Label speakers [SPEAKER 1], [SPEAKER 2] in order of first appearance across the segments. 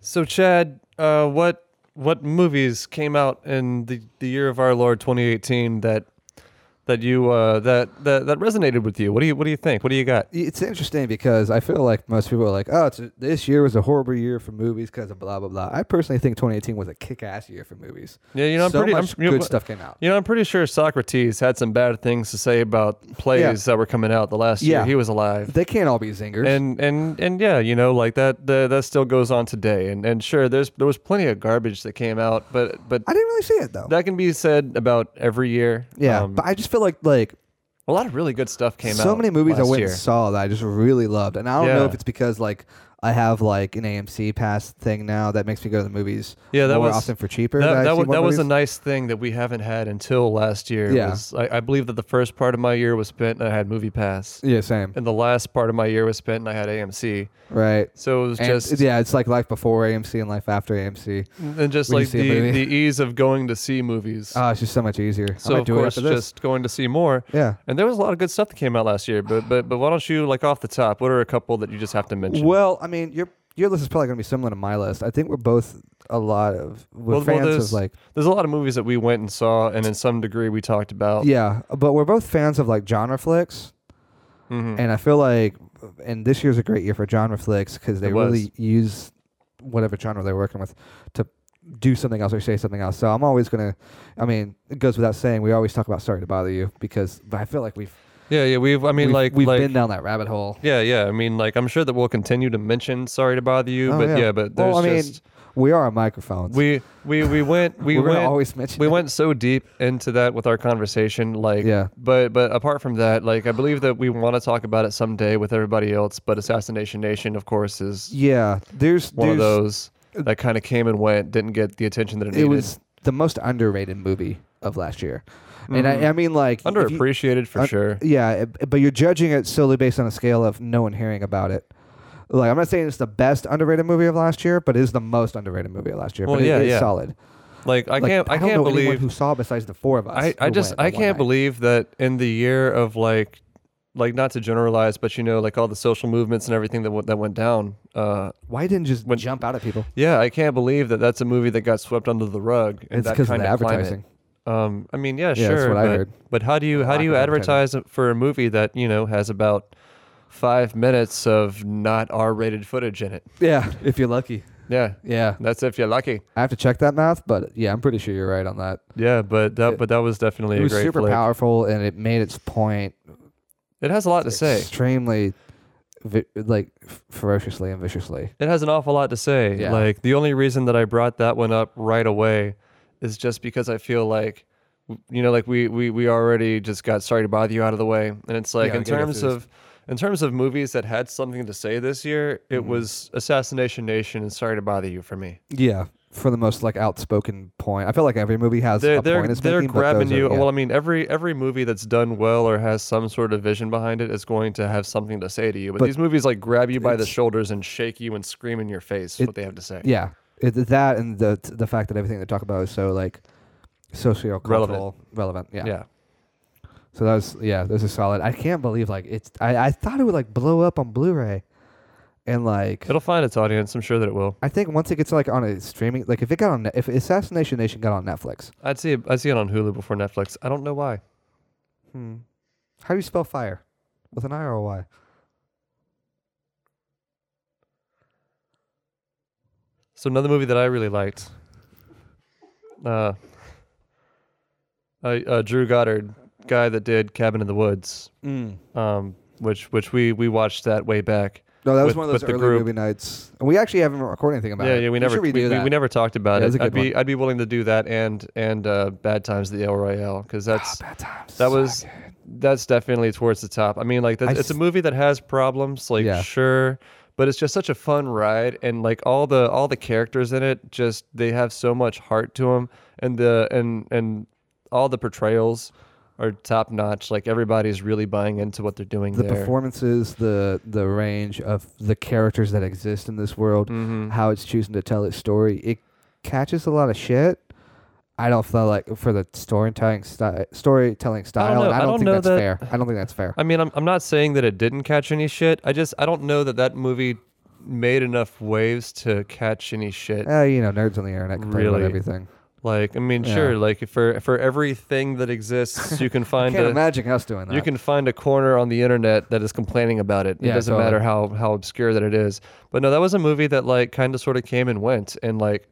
[SPEAKER 1] So Chad, uh, what what movies came out in the, the year of our Lord 2018 that that you uh, that, that that resonated with you? What do you what do you think? What do you got?
[SPEAKER 2] It's interesting because I feel like most people are like, oh, it's this year was a horrible year for movies because of blah blah blah. I personally think 2018 was a kick-ass year for movies.
[SPEAKER 1] Yeah, you know, I'm
[SPEAKER 2] so
[SPEAKER 1] pretty- I'm-
[SPEAKER 2] much
[SPEAKER 1] you know,
[SPEAKER 2] good
[SPEAKER 1] but-
[SPEAKER 2] stuff came out.
[SPEAKER 1] You know, I'm pretty sure Socrates had some bad things to say about plays
[SPEAKER 2] Yeah.
[SPEAKER 1] that were coming out the last year
[SPEAKER 2] Yeah.
[SPEAKER 1] he was alive.
[SPEAKER 2] They can't all be zingers.
[SPEAKER 1] and and and yeah, you know, like that the, that still goes on today. And and sure, there's there was plenty of garbage that came out, but but
[SPEAKER 2] I didn't really see it though.
[SPEAKER 1] that can be said about every year.
[SPEAKER 2] yeah,
[SPEAKER 1] Um,
[SPEAKER 2] but I just feel like like
[SPEAKER 1] a lot of really good stuff came out.
[SPEAKER 2] so many movies I
[SPEAKER 1] last
[SPEAKER 2] went
[SPEAKER 1] year.
[SPEAKER 2] and saw that I just really loved, and I don't know
[SPEAKER 1] Yeah.
[SPEAKER 2] if it's because like I have like an AMC pass thing now that makes me go to the movies.
[SPEAKER 1] Yeah, that
[SPEAKER 2] more
[SPEAKER 1] was-
[SPEAKER 2] often for cheaper.
[SPEAKER 1] That,
[SPEAKER 2] I
[SPEAKER 1] that,
[SPEAKER 2] see
[SPEAKER 1] wa-
[SPEAKER 2] more
[SPEAKER 1] that was a
[SPEAKER 2] movies.
[SPEAKER 1] nice thing that we haven't had until last year.
[SPEAKER 2] Yeah.
[SPEAKER 1] was- I, I believe that the first part of my year was spent and I had Movie Pass,
[SPEAKER 2] yeah, same
[SPEAKER 1] and the last part of my year was spent and I had AMC.
[SPEAKER 2] right.
[SPEAKER 1] So it was
[SPEAKER 2] And-
[SPEAKER 1] just
[SPEAKER 2] yeah, it's like life before AMC and life after AMC.
[SPEAKER 1] and just
[SPEAKER 2] when you
[SPEAKER 1] like
[SPEAKER 2] see a
[SPEAKER 1] the,
[SPEAKER 2] movie.
[SPEAKER 1] the ease of going to see movies.
[SPEAKER 2] Oh, it's just so much easier. I
[SPEAKER 1] so
[SPEAKER 2] might
[SPEAKER 1] of
[SPEAKER 2] do it
[SPEAKER 1] course,
[SPEAKER 2] after this.
[SPEAKER 1] just going to see more.
[SPEAKER 2] yeah.
[SPEAKER 1] And there was a lot of good stuff that came out last year. But but but why don't you like off the top? What are a couple that you just have to mention?
[SPEAKER 2] Well, I mean, your your list is probably gonna be similar to my list. I think we're both a lot of
[SPEAKER 1] Well,
[SPEAKER 2] we're
[SPEAKER 1] well,
[SPEAKER 2] fans of
[SPEAKER 1] there's-
[SPEAKER 2] like
[SPEAKER 1] There's a lot of movies that we went and saw, and in some degree we talked about.
[SPEAKER 2] yeah, but we're both fans of like genre flicks,
[SPEAKER 1] Mhm.
[SPEAKER 2] and I feel like and this year's a great year for genre flicks because they
[SPEAKER 1] It was.
[SPEAKER 2] really use whatever genre they're working with to do something else or say something else. So I'm always gonna, I mean, it goes without saying we always talk about Sorry to Bother You because but I feel like we've
[SPEAKER 1] yeah, yeah. We've I mean
[SPEAKER 2] we've,
[SPEAKER 1] like
[SPEAKER 2] we've
[SPEAKER 1] like,
[SPEAKER 2] been down that rabbit hole.
[SPEAKER 1] Yeah, yeah. I mean, like, I'm sure that we'll continue to mention. Sorry to bother you,
[SPEAKER 2] Oh,
[SPEAKER 1] but
[SPEAKER 2] yeah.
[SPEAKER 1] yeah. but there's
[SPEAKER 2] Well, I mean,
[SPEAKER 1] just
[SPEAKER 2] We are on microphones.
[SPEAKER 1] we we we went we
[SPEAKER 2] We're gonna
[SPEAKER 1] went
[SPEAKER 2] always mention
[SPEAKER 1] we
[SPEAKER 2] it.
[SPEAKER 1] went so deep into that with our conversation, like,
[SPEAKER 2] Yeah.
[SPEAKER 1] But but apart from that, like, I believe that we want to talk about it someday with everybody else. But Assassination Nation, of course, is
[SPEAKER 2] yeah. There's
[SPEAKER 1] one of
[SPEAKER 2] there's uh,
[SPEAKER 1] those that kind of came and went, didn't get the attention that it,
[SPEAKER 2] it
[SPEAKER 1] needed.
[SPEAKER 2] was the most underrated movie of last year, and I, I mean like if you-
[SPEAKER 1] Mm-hmm. underappreciated for
[SPEAKER 2] un-
[SPEAKER 1] sure.
[SPEAKER 2] Yeah, it- but you're judging it solely based on a scale of no one hearing about it. Like I'm not saying it's the best underrated movie of last year, but it is the most underrated movie of last year.
[SPEAKER 1] Well,
[SPEAKER 2] but
[SPEAKER 1] yeah,
[SPEAKER 2] it is
[SPEAKER 1] yeah.
[SPEAKER 2] solid.
[SPEAKER 1] Like, I
[SPEAKER 2] Like,
[SPEAKER 1] can't I
[SPEAKER 2] don't
[SPEAKER 1] can't
[SPEAKER 2] know anyone
[SPEAKER 1] believe
[SPEAKER 2] who saw besides the four of us.
[SPEAKER 1] I, I
[SPEAKER 2] who
[SPEAKER 1] just
[SPEAKER 2] went
[SPEAKER 1] I
[SPEAKER 2] on one
[SPEAKER 1] can't
[SPEAKER 2] night.
[SPEAKER 1] believe that in the year of like like not to generalize, but you know, like all the social movements and everything that w- that went down. Uh,
[SPEAKER 2] why it didn't just
[SPEAKER 1] when-
[SPEAKER 2] jump out at people.
[SPEAKER 1] yeah, I can't believe that that's a movie that got swept under the rug. In
[SPEAKER 2] It's
[SPEAKER 1] that
[SPEAKER 2] because of
[SPEAKER 1] kind
[SPEAKER 2] the
[SPEAKER 1] climate.
[SPEAKER 2] advertising.
[SPEAKER 1] Um, I mean, yeah,
[SPEAKER 2] Yeah,
[SPEAKER 1] sure,
[SPEAKER 2] that's what I
[SPEAKER 1] but,
[SPEAKER 2] heard.
[SPEAKER 1] but how do you how
[SPEAKER 2] lack
[SPEAKER 1] do you
[SPEAKER 2] of
[SPEAKER 1] advertise for a movie that you know has about five minutes of not R-rated footage in it?
[SPEAKER 2] Yeah, if you're lucky.
[SPEAKER 1] Yeah,
[SPEAKER 2] Yeah,
[SPEAKER 1] that's if you're lucky.
[SPEAKER 2] I have to check that math, but yeah, I'm pretty sure you're right on that.
[SPEAKER 1] Yeah, but that
[SPEAKER 2] It-
[SPEAKER 1] but that was definitely
[SPEAKER 2] It was
[SPEAKER 1] a great
[SPEAKER 2] super
[SPEAKER 1] flick.
[SPEAKER 2] powerful, and it made its point
[SPEAKER 1] It has a lot to say.
[SPEAKER 2] extremely vi- like f- ferociously and viciously.
[SPEAKER 1] It has an awful lot to say.
[SPEAKER 2] Yeah.
[SPEAKER 1] Like the only reason that I brought that one up right away is just because I feel like you know like we we we already just got sorry to bother you out of the way and it's like
[SPEAKER 2] Yeah,
[SPEAKER 1] in
[SPEAKER 2] we gotta get
[SPEAKER 1] terms
[SPEAKER 2] through this.
[SPEAKER 1] of in terms of movies that had something to say this year, it
[SPEAKER 2] Mm-hmm.
[SPEAKER 1] was Assassination Nation and Sorry to Bother You for me.
[SPEAKER 2] Yeah, for the most like outspoken point. I feel like every movie has
[SPEAKER 1] They're
[SPEAKER 2] a
[SPEAKER 1] they're
[SPEAKER 2] point it's
[SPEAKER 1] they're
[SPEAKER 2] making, but
[SPEAKER 1] grabbing
[SPEAKER 2] those are-
[SPEAKER 1] you.
[SPEAKER 2] yeah.
[SPEAKER 1] Well, I mean, every every movie that's done well or has some sort of vision behind it is going to have something to say to you. But,
[SPEAKER 2] But
[SPEAKER 1] these movies like grab you by the
[SPEAKER 2] it's-
[SPEAKER 1] shoulders and shake you and scream in your face
[SPEAKER 2] It-
[SPEAKER 1] what they have to say.
[SPEAKER 2] yeah, it, that and the the fact that everything they talk about is so like socio
[SPEAKER 1] Relevant.
[SPEAKER 2] relevant. Yeah.
[SPEAKER 1] yeah.
[SPEAKER 2] So that was yeah, this is solid. I can't believe like it's. I I thought it would like blow up on Blu-ray, and like.
[SPEAKER 1] It'll find its audience. I'm sure that it will.
[SPEAKER 2] I think once it gets like on a streaming, like if it got on, Ne- if Assassination Nation got on Netflix,
[SPEAKER 1] I'd see it, I'd see it on Hulu before Netflix. I don't know why.
[SPEAKER 2] hmm. how do you spell fire? With an I or a Y?
[SPEAKER 1] So another movie that I really liked. Uh, uh, uh Drew Goddard, guy that did Cabin in the Woods,
[SPEAKER 2] Mm.
[SPEAKER 1] um, which which we we watched that way back.
[SPEAKER 2] No, that was
[SPEAKER 1] with-
[SPEAKER 2] one of those
[SPEAKER 1] with the
[SPEAKER 2] early
[SPEAKER 1] group.
[SPEAKER 2] movie nights. And we actually haven't recorded anything about
[SPEAKER 1] yeah,
[SPEAKER 2] it.
[SPEAKER 1] yeah, we never
[SPEAKER 2] should redo
[SPEAKER 1] we, we,
[SPEAKER 2] that.
[SPEAKER 1] we never talked about
[SPEAKER 2] Yeah,
[SPEAKER 1] it.
[SPEAKER 2] that's a
[SPEAKER 1] I'd
[SPEAKER 2] good
[SPEAKER 1] be I'd be willing to do that and and uh, Bad Times at the El Royale because that's
[SPEAKER 2] bad times.
[SPEAKER 1] that was that's definitely towards the top. I mean, like that's,
[SPEAKER 2] I
[SPEAKER 1] it's a
[SPEAKER 2] s-
[SPEAKER 1] movie that has problems, like
[SPEAKER 2] Yeah.
[SPEAKER 1] sure, but it's just such a fun ride, and like all the all the characters in it, just they have so much heart to them, and the and and all the portrayals are top notch. Like everybody's really buying into what they're doing
[SPEAKER 2] the
[SPEAKER 1] there.
[SPEAKER 2] performances, the the range of the characters that exist in this world,
[SPEAKER 1] Mhm.
[SPEAKER 2] how it's choosing to tell its story. It catches a lot of shit. I don't feel like for the storytelling style, storytelling style,
[SPEAKER 1] know-
[SPEAKER 2] and
[SPEAKER 1] I
[SPEAKER 2] I don't,
[SPEAKER 1] don't
[SPEAKER 2] think
[SPEAKER 1] know
[SPEAKER 2] that's
[SPEAKER 1] that-
[SPEAKER 2] fair. I don't think that's fair.
[SPEAKER 1] I mean, I'm I'm not saying that it didn't catch any shit. I just I don't know that that movie made enough waves to catch any shit.
[SPEAKER 2] Uh, you know, nerds on the internet complain
[SPEAKER 1] Really?
[SPEAKER 2] about everything.
[SPEAKER 1] Like, I mean,
[SPEAKER 2] Yeah.
[SPEAKER 1] sure, like for for everything that exists, you can
[SPEAKER 2] I
[SPEAKER 1] find
[SPEAKER 2] can't
[SPEAKER 1] a
[SPEAKER 2] imagine us doing that.
[SPEAKER 1] uh, you can find a corner on the internet that is complaining about it.
[SPEAKER 2] Yeah,
[SPEAKER 1] it doesn't
[SPEAKER 2] totally.
[SPEAKER 1] matter how how obscure that it is. But no, that was a movie that like kind of sort of came and went, and like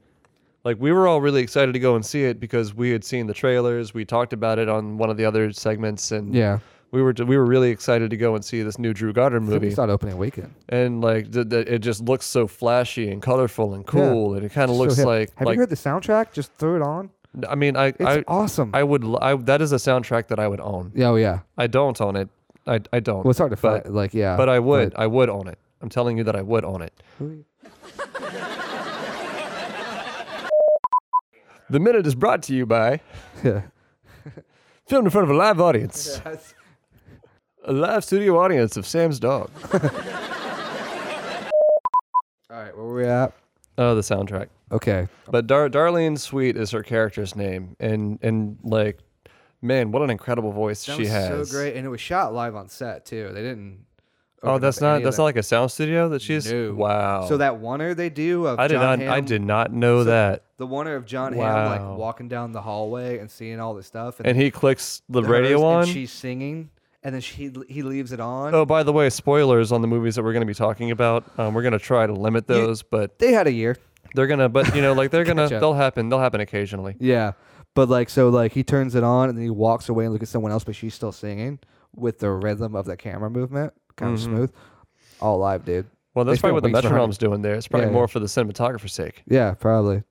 [SPEAKER 1] like we were all really excited to go and see it because we had seen the trailers. We talked about it on one of the other segments, and
[SPEAKER 2] Yeah.
[SPEAKER 1] we were we were really excited to go and see this new Drew Goddard movie
[SPEAKER 2] It's not opening weekend.
[SPEAKER 1] and like th- th- it just looks so flashy and colorful and cool, and it kind of
[SPEAKER 2] So
[SPEAKER 1] looks
[SPEAKER 2] hip.
[SPEAKER 1] like
[SPEAKER 2] Have
[SPEAKER 1] like
[SPEAKER 2] you heard the soundtrack? Just throw it on.
[SPEAKER 1] I mean I
[SPEAKER 2] It's
[SPEAKER 1] I,
[SPEAKER 2] awesome.
[SPEAKER 1] I would l- I that is a soundtrack that I would own.
[SPEAKER 2] yeah, oh, yeah.
[SPEAKER 1] I don't own it. I I don't.
[SPEAKER 2] Well, it's hard to
[SPEAKER 1] but,
[SPEAKER 2] find. Like, yeah.
[SPEAKER 1] But I would I would own it. I'm telling you that I would own it. The minute is brought to you by
[SPEAKER 2] yeah.
[SPEAKER 1] filmed in front of a live audience, a live studio audience of Sam's dog.
[SPEAKER 2] All right, where were we at?
[SPEAKER 1] Oh, the soundtrack.
[SPEAKER 2] Okay.
[SPEAKER 1] But Dar- Darlene Sweet is her character's name, and and like, man, what an incredible voice she has.
[SPEAKER 2] and it was shot live on set too. They didn't.
[SPEAKER 1] Oh, that's not that's not like a sound studio that she's. Wow.
[SPEAKER 2] So that oneer they do of
[SPEAKER 1] I did
[SPEAKER 2] John
[SPEAKER 1] not I
[SPEAKER 2] Hamm-
[SPEAKER 1] did not know that.
[SPEAKER 2] the oneer of John Hamm
[SPEAKER 1] Wow.
[SPEAKER 2] like walking down the hallway and seeing all this stuff and,
[SPEAKER 1] And he clicks the
[SPEAKER 2] hers,
[SPEAKER 1] radio on.
[SPEAKER 2] and she's singing and then she he leaves it on.
[SPEAKER 1] oh, by the way, spoilers on the movies that we're going to be talking about. Um, we're going to try to limit those, but
[SPEAKER 2] They had a year.
[SPEAKER 1] they're gonna. But you know, like they're gonna.
[SPEAKER 2] Gotcha.
[SPEAKER 1] They'll happen. They'll happen occasionally.
[SPEAKER 2] Yeah. But like so like he turns it on and then he walks away and looks at someone else but she's still singing with the rhythm of the camera movement, kind of smooth. All live, dude.
[SPEAKER 1] Well, that's
[SPEAKER 2] They spent
[SPEAKER 1] probably what the
[SPEAKER 2] weeks behind
[SPEAKER 1] metronome's doing there. It's probably
[SPEAKER 2] Yeah,
[SPEAKER 1] more
[SPEAKER 2] yeah.
[SPEAKER 1] for the cinematographer's sake.
[SPEAKER 2] Yeah, probably.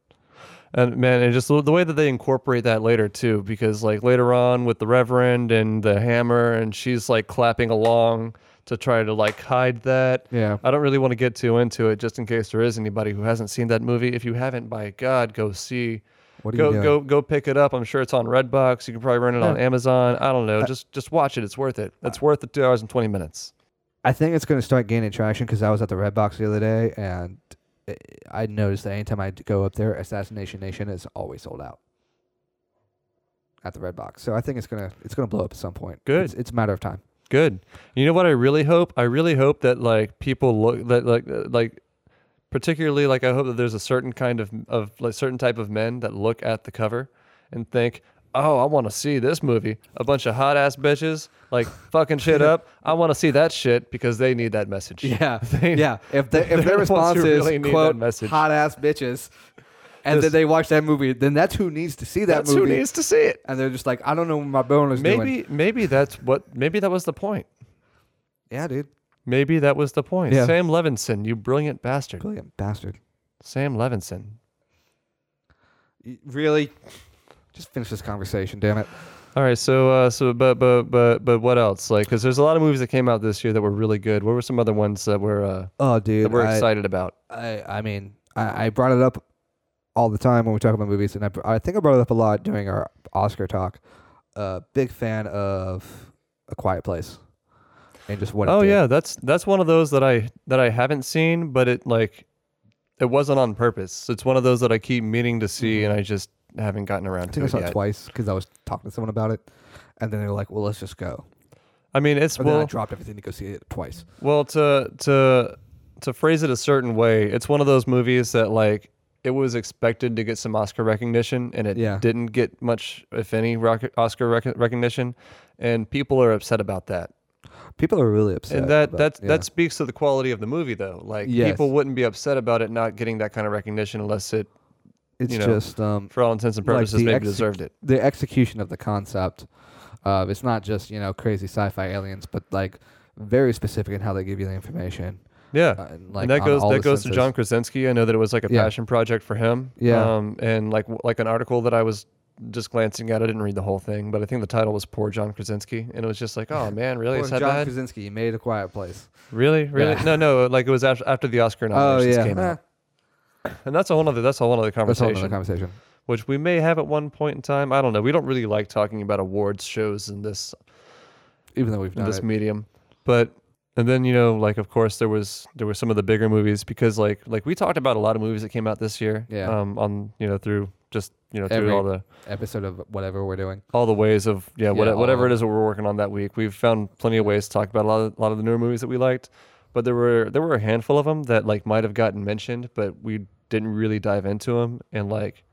[SPEAKER 1] And man, and just the the way that they incorporate that later too, because like later on with the Reverend and the hammer, and she's like clapping along to try to like hide that.
[SPEAKER 2] Yeah.
[SPEAKER 1] I don't really want to get too into it, just in case there is anybody who hasn't seen that movie. If you haven't, by God, go see.
[SPEAKER 2] What are
[SPEAKER 1] go
[SPEAKER 2] you doing?
[SPEAKER 1] go go pick it up. I'm sure it's on Redbox. You can probably rent it on Amazon. I don't know. just just watch it. It's worth it. It's worth the two hours and twenty minutes.
[SPEAKER 2] I think it's going to start gaining traction because I was at the Red Box the other day and i I noticed that anytime I go up there, Assassination Nation is always sold out at the Red Box. So I think it's gonna it's gonna blow up at some point.
[SPEAKER 1] Good.
[SPEAKER 2] It's, it's a matter of time.
[SPEAKER 1] Good. You know what I really hope? I really hope that like people look that like uh, like particularly like I hope that there's a certain kind of of like certain type of men that look at the cover and think, "Oh, I want to see this movie. A bunch of hot ass bitches like fucking shit up. I want to see that shit because they need that message." They-
[SPEAKER 2] yeah. If the,
[SPEAKER 1] they're
[SPEAKER 2] if their
[SPEAKER 1] the ones
[SPEAKER 2] response
[SPEAKER 1] who
[SPEAKER 2] is
[SPEAKER 1] really need that
[SPEAKER 2] quote
[SPEAKER 1] message.
[SPEAKER 2] hot ass bitches, and
[SPEAKER 1] This-
[SPEAKER 2] then they watch that movie, then that's who needs to see that
[SPEAKER 1] That's
[SPEAKER 2] movie.
[SPEAKER 1] who needs to see it.
[SPEAKER 2] and they're just like, I don't know what my boner's doing.
[SPEAKER 1] Maybe maybe that's what maybe that was the point.
[SPEAKER 2] Yeah, dude.
[SPEAKER 1] Maybe that was the point.
[SPEAKER 2] Yeah.
[SPEAKER 1] Sam Levinson, you brilliant bastard.
[SPEAKER 2] Brilliant bastard.
[SPEAKER 1] Sam Levinson.
[SPEAKER 2] Y- Really. Just finish this conversation, damn it.
[SPEAKER 1] All right, so uh, so but but but but what else? Like, because there's a lot of movies that came out this year that were really good. What were some other ones that were uh,
[SPEAKER 2] Oh, dude.
[SPEAKER 1] that we're
[SPEAKER 2] I-
[SPEAKER 1] excited about?
[SPEAKER 2] I, I mean, I, I brought it up all the time when we talk about movies, and I, I think I brought it up a lot during our Oscar talk. Uh, big fan of A Quiet Place, and just what. it
[SPEAKER 1] Oh
[SPEAKER 2] did.
[SPEAKER 1] yeah, that's that's one of those that I that I haven't seen, but it like it wasn't on purpose. It's one of those that I keep meaning to see, and I just haven't gotten around
[SPEAKER 2] Mm-hmm.
[SPEAKER 1] to
[SPEAKER 2] I think I
[SPEAKER 1] it
[SPEAKER 2] saw
[SPEAKER 1] yet.
[SPEAKER 2] it twice because I was talking to someone about it, and then they were like, "Well, let's just go."
[SPEAKER 1] I mean, it's
[SPEAKER 2] But
[SPEAKER 1] well,
[SPEAKER 2] Oh, then I dropped everything to go see it twice.
[SPEAKER 1] Well, to to to phrase it a certain way, it's one of those movies that like it was expected to get some Oscar recognition, and it
[SPEAKER 2] Yeah.
[SPEAKER 1] didn't get much, if any, roc- Oscar rec- recognition, and people are upset about that.
[SPEAKER 2] People are really upset.
[SPEAKER 1] and that
[SPEAKER 2] about-
[SPEAKER 1] that
[SPEAKER 2] yeah.
[SPEAKER 1] that speaks to the quality of the movie, though. Like
[SPEAKER 2] Yes.
[SPEAKER 1] people wouldn't be upset about it not getting that kind of recognition unless it,
[SPEAKER 2] it's
[SPEAKER 1] you know,
[SPEAKER 2] just um,
[SPEAKER 1] for all intents and
[SPEAKER 2] Like
[SPEAKER 1] purposes,
[SPEAKER 2] the
[SPEAKER 1] maybe
[SPEAKER 2] exec-
[SPEAKER 1] deserved it.
[SPEAKER 2] the execution of the concept. Uh, it's not just you know crazy sci-fi aliens, but like very specific in how they give you the information.
[SPEAKER 1] Yeah.
[SPEAKER 2] Uh, and, like,
[SPEAKER 1] and that
[SPEAKER 2] on
[SPEAKER 1] goes
[SPEAKER 2] all
[SPEAKER 1] that
[SPEAKER 2] the
[SPEAKER 1] goes to
[SPEAKER 2] senses.
[SPEAKER 1] John Krasinski. I know that it was like a
[SPEAKER 2] Yeah.
[SPEAKER 1] passion project for him.
[SPEAKER 2] Yeah.
[SPEAKER 1] Um, and like like an article that I was just glancing at. I didn't read the whole thing, but I think the title was "Poor John Krasinski," and it was just like, oh man, really?
[SPEAKER 2] Poor
[SPEAKER 1] It's that
[SPEAKER 2] John
[SPEAKER 1] bad?
[SPEAKER 2] Krasinski, you made a quiet place.
[SPEAKER 1] really, really?
[SPEAKER 2] Yeah. Oh,
[SPEAKER 1] No, no. Like it was after, after the Oscar nominations came out,
[SPEAKER 2] Eh.
[SPEAKER 1] and that's a whole other that's a whole other
[SPEAKER 2] That's a whole
[SPEAKER 1] conversation,
[SPEAKER 2] other conversation.
[SPEAKER 1] which we may have at one point in time. I don't know. We don't really like talking about awards shows in this
[SPEAKER 2] Even though we've
[SPEAKER 1] in
[SPEAKER 2] done
[SPEAKER 1] this
[SPEAKER 2] it.
[SPEAKER 1] medium. But and then you know, like of course there was there were some of the bigger movies because like like we talked about a lot of movies that came out this year.
[SPEAKER 2] Yeah.
[SPEAKER 1] Um, on you know through just you know through
[SPEAKER 2] Every-
[SPEAKER 1] all the
[SPEAKER 2] episode of whatever we're doing.
[SPEAKER 1] all the ways of yeah,
[SPEAKER 2] Yeah,
[SPEAKER 1] what,
[SPEAKER 2] all
[SPEAKER 1] whatever
[SPEAKER 2] of
[SPEAKER 1] it is that we're working on that week, we've found plenty of ways to talk about a lot of a lot of the newer movies that we liked. but there were there were a handful of them that like might have gotten mentioned, but we didn't really dive into them. And like,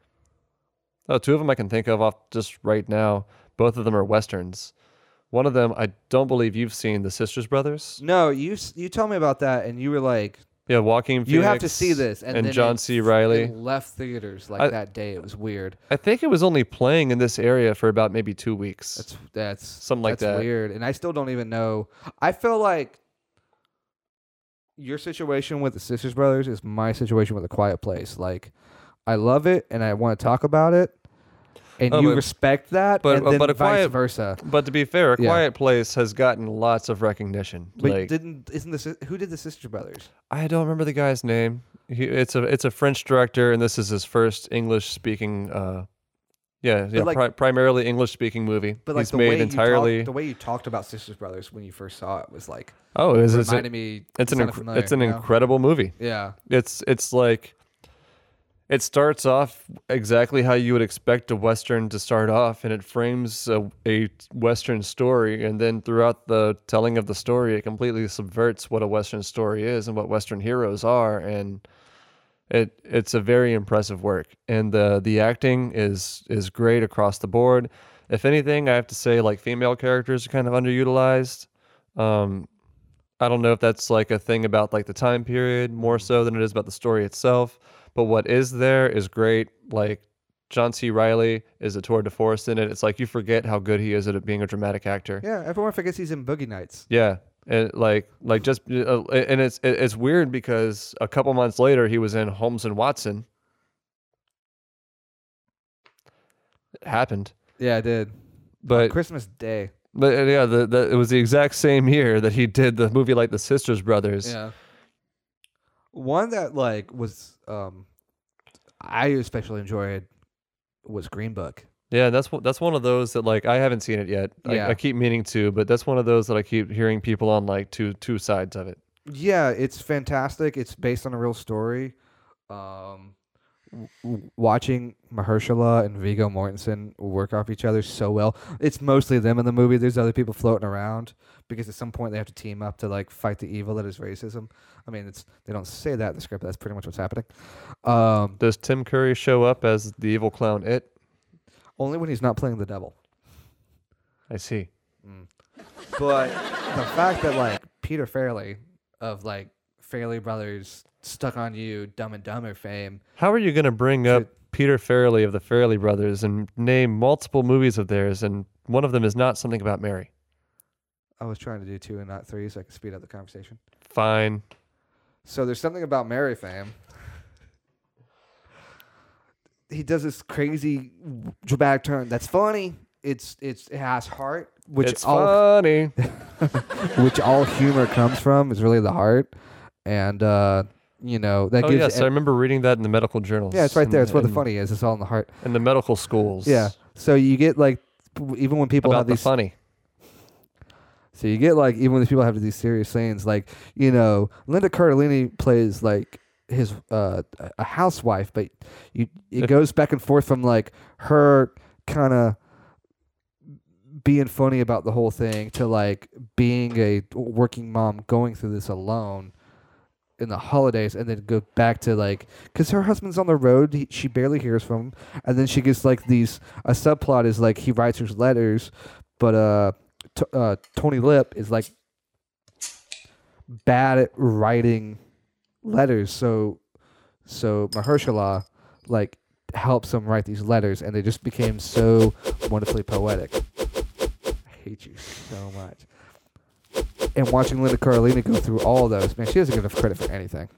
[SPEAKER 1] oh, two of them I can think of off just right now. Both of them are westerns. One of them I don't believe you've seen, The Sisters Brothers.
[SPEAKER 2] No, you s- you told me about that, and you were like,
[SPEAKER 1] Yeah, Walking.
[SPEAKER 2] "You have to
[SPEAKER 1] Phoenix
[SPEAKER 2] see this." And,
[SPEAKER 1] and
[SPEAKER 2] then
[SPEAKER 1] John
[SPEAKER 2] it-
[SPEAKER 1] C. Riley.
[SPEAKER 2] it left theaters like
[SPEAKER 1] I-
[SPEAKER 2] that day. It was weird.
[SPEAKER 1] I think it was only playing in this area for about maybe two weeks.
[SPEAKER 2] That's that's
[SPEAKER 1] Something like
[SPEAKER 2] that's
[SPEAKER 1] that.
[SPEAKER 2] Weird, and I still don't even know. I feel like your situation with the Sisters Brothers is my situation with a Quiet Place. Like, I love it, and I want to talk about it, and
[SPEAKER 1] Oh,
[SPEAKER 2] you
[SPEAKER 1] but-
[SPEAKER 2] respect that,
[SPEAKER 1] but- uh,
[SPEAKER 2] and then
[SPEAKER 1] but A
[SPEAKER 2] vice
[SPEAKER 1] Quiet-
[SPEAKER 2] versa.
[SPEAKER 1] but to be fair, A
[SPEAKER 2] Yeah.
[SPEAKER 1] Quiet Place has gotten lots of recognition.
[SPEAKER 2] But
[SPEAKER 1] like
[SPEAKER 2] didn't isn't this who did the Sisters Brothers?
[SPEAKER 1] I don't remember the guy's name. He, it's a it's a French director, and this is his first English speaking. Uh, yeah, yeah,
[SPEAKER 2] like-
[SPEAKER 1] pri- primarily English speaking movie.
[SPEAKER 2] But like
[SPEAKER 1] He's
[SPEAKER 2] the way
[SPEAKER 1] made
[SPEAKER 2] you
[SPEAKER 1] entirely.
[SPEAKER 2] talked, the way you talked about Sisters Brothers when you first saw it was like
[SPEAKER 1] oh, it's, it's,
[SPEAKER 2] reminded
[SPEAKER 1] a-
[SPEAKER 2] me.
[SPEAKER 1] it's an
[SPEAKER 2] sounded
[SPEAKER 1] inc-
[SPEAKER 2] familiar,
[SPEAKER 1] it's an
[SPEAKER 2] you know?
[SPEAKER 1] incredible movie.
[SPEAKER 2] Yeah,
[SPEAKER 1] It's it's like it starts off exactly how you would expect a western to start off, and it frames a, a western story, and then throughout the telling of the story, it completely subverts what a western story is and what western heroes are, and it it's a very impressive work, and the the acting is is great across the board. If anything, I have to say like female characters are kind of underutilized. Um, I don't know if that's like a thing about like the time period more so than it is about the story itself. But what is there is great. Like John C. Riley is a tour de force in it. It's like you forget how good he is at being a dramatic actor.
[SPEAKER 2] yeah. Everyone forgets he's in Boogie Nights.
[SPEAKER 1] Yeah. And like, like just, uh, and it's it- it's weird because a couple months later he was in Holmes and Watson. It happened,
[SPEAKER 2] Yeah, I did.
[SPEAKER 1] but
[SPEAKER 2] Christmas Day.
[SPEAKER 1] but uh, yeah, the, the, it was the exact same year that he did the movie like the Sisters Brothers.
[SPEAKER 2] Yeah. One that like was um I especially enjoyed was Green Book.
[SPEAKER 1] Yeah, that's one- that's one of those that like I haven't seen it yet.
[SPEAKER 2] Yeah.
[SPEAKER 1] I, I keep meaning to, but that's one of those that I keep hearing people on like two two sides of it.
[SPEAKER 2] Yeah, it's fantastic. It's based on a real story. Um w- w- watching Mahershala and Vigo Mortensen work off each other so well. It's mostly them in the movie. There's other people floating around because at some point they have to team up to like fight the evil that is racism. I mean, it's they don't say that in the script. But that's pretty much what's happening. Um,
[SPEAKER 1] Does Tim Curry show up as the evil clown? It
[SPEAKER 2] only when he's not playing the devil.
[SPEAKER 1] I see.
[SPEAKER 2] But the fact that like Peter Fairley of like Fairley Brothers stuck on you, Dumb and Dumber fame.
[SPEAKER 1] How are you going to bring up Peter Farrelly of the Farrelly Brothers and name multiple movies of theirs, and one of them is not something about Mary?
[SPEAKER 2] I was trying to do two and not three so I could speed up the conversation.
[SPEAKER 1] Fine.
[SPEAKER 2] So there's something about Mary fame. He does this crazy dramatic turn that's funny. It's it's it has heart, which
[SPEAKER 1] it's
[SPEAKER 2] all
[SPEAKER 1] funny.
[SPEAKER 2] which all humor comes from is really the heart, and uh, you know that
[SPEAKER 1] oh
[SPEAKER 2] gives
[SPEAKER 1] yes, I remember reading that in the medical journals.
[SPEAKER 2] yeah, it's right
[SPEAKER 1] in
[SPEAKER 2] there. It's where the
[SPEAKER 1] in-
[SPEAKER 2] funny is. It's all in the heart.
[SPEAKER 1] in the medical schools.
[SPEAKER 2] Yeah. So you get like p- even when people
[SPEAKER 1] about
[SPEAKER 2] have
[SPEAKER 1] the
[SPEAKER 2] these
[SPEAKER 1] funny.
[SPEAKER 2] so you get like even when these people have these serious sayings like you know Linda Cardellini plays like his uh a- a housewife but you it
[SPEAKER 1] If-
[SPEAKER 2] goes back and forth from like her kind of being funny about the whole thing to like being a working mom going through this alone in the holidays and then go back to like because her husband's on the road he, she barely hears from him and then she gets like these a subplot is like he writes her letters but uh, t- uh tony lip is like bad at writing letters so so mahershala like helps him write these letters and they just became so wonderfully poetic i hate you so much and watching linda carolina go through all those man she doesn't get enough credit for anything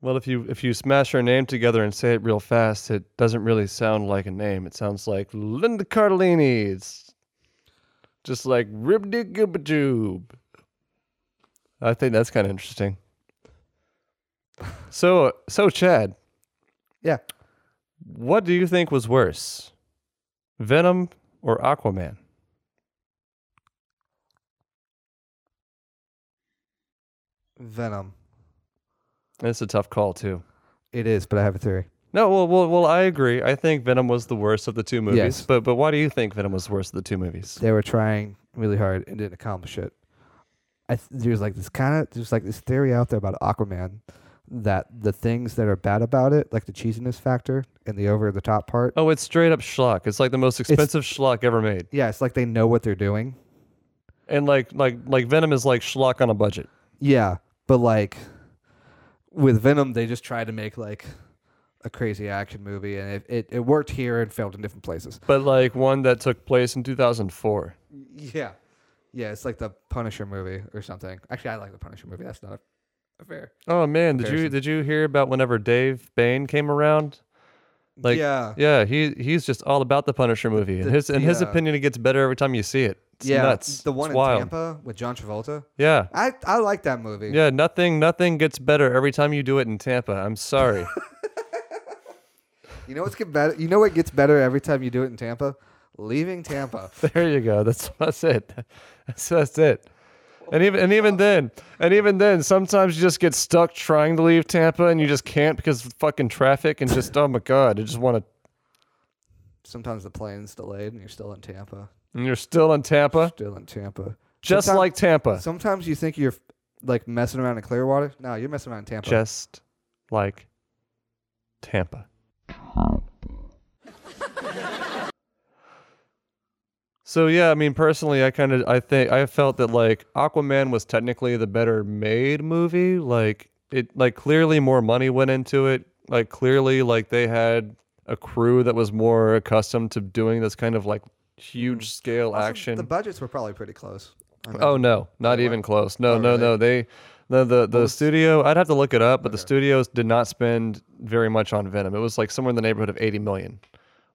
[SPEAKER 1] Well, if you if you smash her name together and say it real fast, it doesn't really sound like a name. It sounds like Linda Cardellini. It's just like Ribdigibajoob. I think that's kind of interesting. So so Chad,
[SPEAKER 2] yeah
[SPEAKER 1] what do you think was worse, Venom or Aquaman?
[SPEAKER 2] venom
[SPEAKER 1] That's a tough call too.
[SPEAKER 2] it is but i have a theory
[SPEAKER 1] No, well, well, well, I agree. I think Venom was the worst of the two movies.
[SPEAKER 2] Yes.
[SPEAKER 1] But but why do you think Venom was the worst of the two movies?
[SPEAKER 2] they were trying really hard and didn't accomplish it. I th- there's like this kind of there's like this theory out there about Aquaman that the things that are bad about it, like the cheesiness factor and the over the top part,
[SPEAKER 1] Oh, it's straight up schlock. It's like the most expensive schlock ever made.
[SPEAKER 2] yeah, it's like they know what they're doing.
[SPEAKER 1] And like like like Venom is like schlock on a budget.
[SPEAKER 2] Yeah, but like with Venom, they just tried to make like a crazy action movie, and it, it, it worked here and failed in different places.
[SPEAKER 1] But like one that took place in 2004.
[SPEAKER 2] Yeah, yeah, it's like the Punisher movie or something. Actually, I like the Punisher movie. That's not a fair.
[SPEAKER 1] Oh man, did you
[SPEAKER 2] Comparison.
[SPEAKER 1] did you hear about whenever Dave Bain came around? Like
[SPEAKER 2] yeah,
[SPEAKER 1] yeah, he he's just all about the Punisher movie. And
[SPEAKER 2] Uh-huh. The-
[SPEAKER 1] his in his
[SPEAKER 2] yeah.
[SPEAKER 1] opinion, it gets better every time you see it. It's
[SPEAKER 2] yeah,
[SPEAKER 1] nuts.
[SPEAKER 2] the one
[SPEAKER 1] It's
[SPEAKER 2] in
[SPEAKER 1] wild.
[SPEAKER 2] Tampa with John Travolta.
[SPEAKER 1] Yeah.
[SPEAKER 2] I I like that movie.
[SPEAKER 1] Yeah, nothing nothing gets better every time you do it in Tampa. I'm sorry.
[SPEAKER 2] You know what's get better? You know what gets better every time you do it in Tampa? Leaving Tampa.
[SPEAKER 1] There you go. That's that's it. That's that's it. And even and even then, and even then, sometimes you just get stuck trying to leave Tampa and you just can't because of fucking traffic and just oh my god, I just want to.
[SPEAKER 2] Sometimes the plane's delayed and you're still in Tampa.
[SPEAKER 1] And you're still in Tampa,
[SPEAKER 2] Still in Tampa.
[SPEAKER 1] just
[SPEAKER 2] Sometime-
[SPEAKER 1] like Tampa,
[SPEAKER 2] Sometimes you think you're like messing around in Clearwater. No, you're messing around in Tampa.
[SPEAKER 1] just like Tampa. So yeah, I mean personally I kind of I think I felt that like Aquaman was technically the better made movie, like it like clearly more money went into it, like clearly like they had a crew that was more accustomed to doing this kind of like huge scale
[SPEAKER 2] Also,
[SPEAKER 1] action.
[SPEAKER 2] The budgets were probably pretty close. I know.
[SPEAKER 1] Oh no, not
[SPEAKER 2] They
[SPEAKER 1] even
[SPEAKER 2] weren't?
[SPEAKER 1] close. No,
[SPEAKER 2] Oh,
[SPEAKER 1] no,
[SPEAKER 2] really?
[SPEAKER 1] no. They no, the the studio. I'd have to look it up, but the
[SPEAKER 2] Okay.
[SPEAKER 1] studios did not spend very much on Venom. It was like somewhere in the neighborhood of eighty million,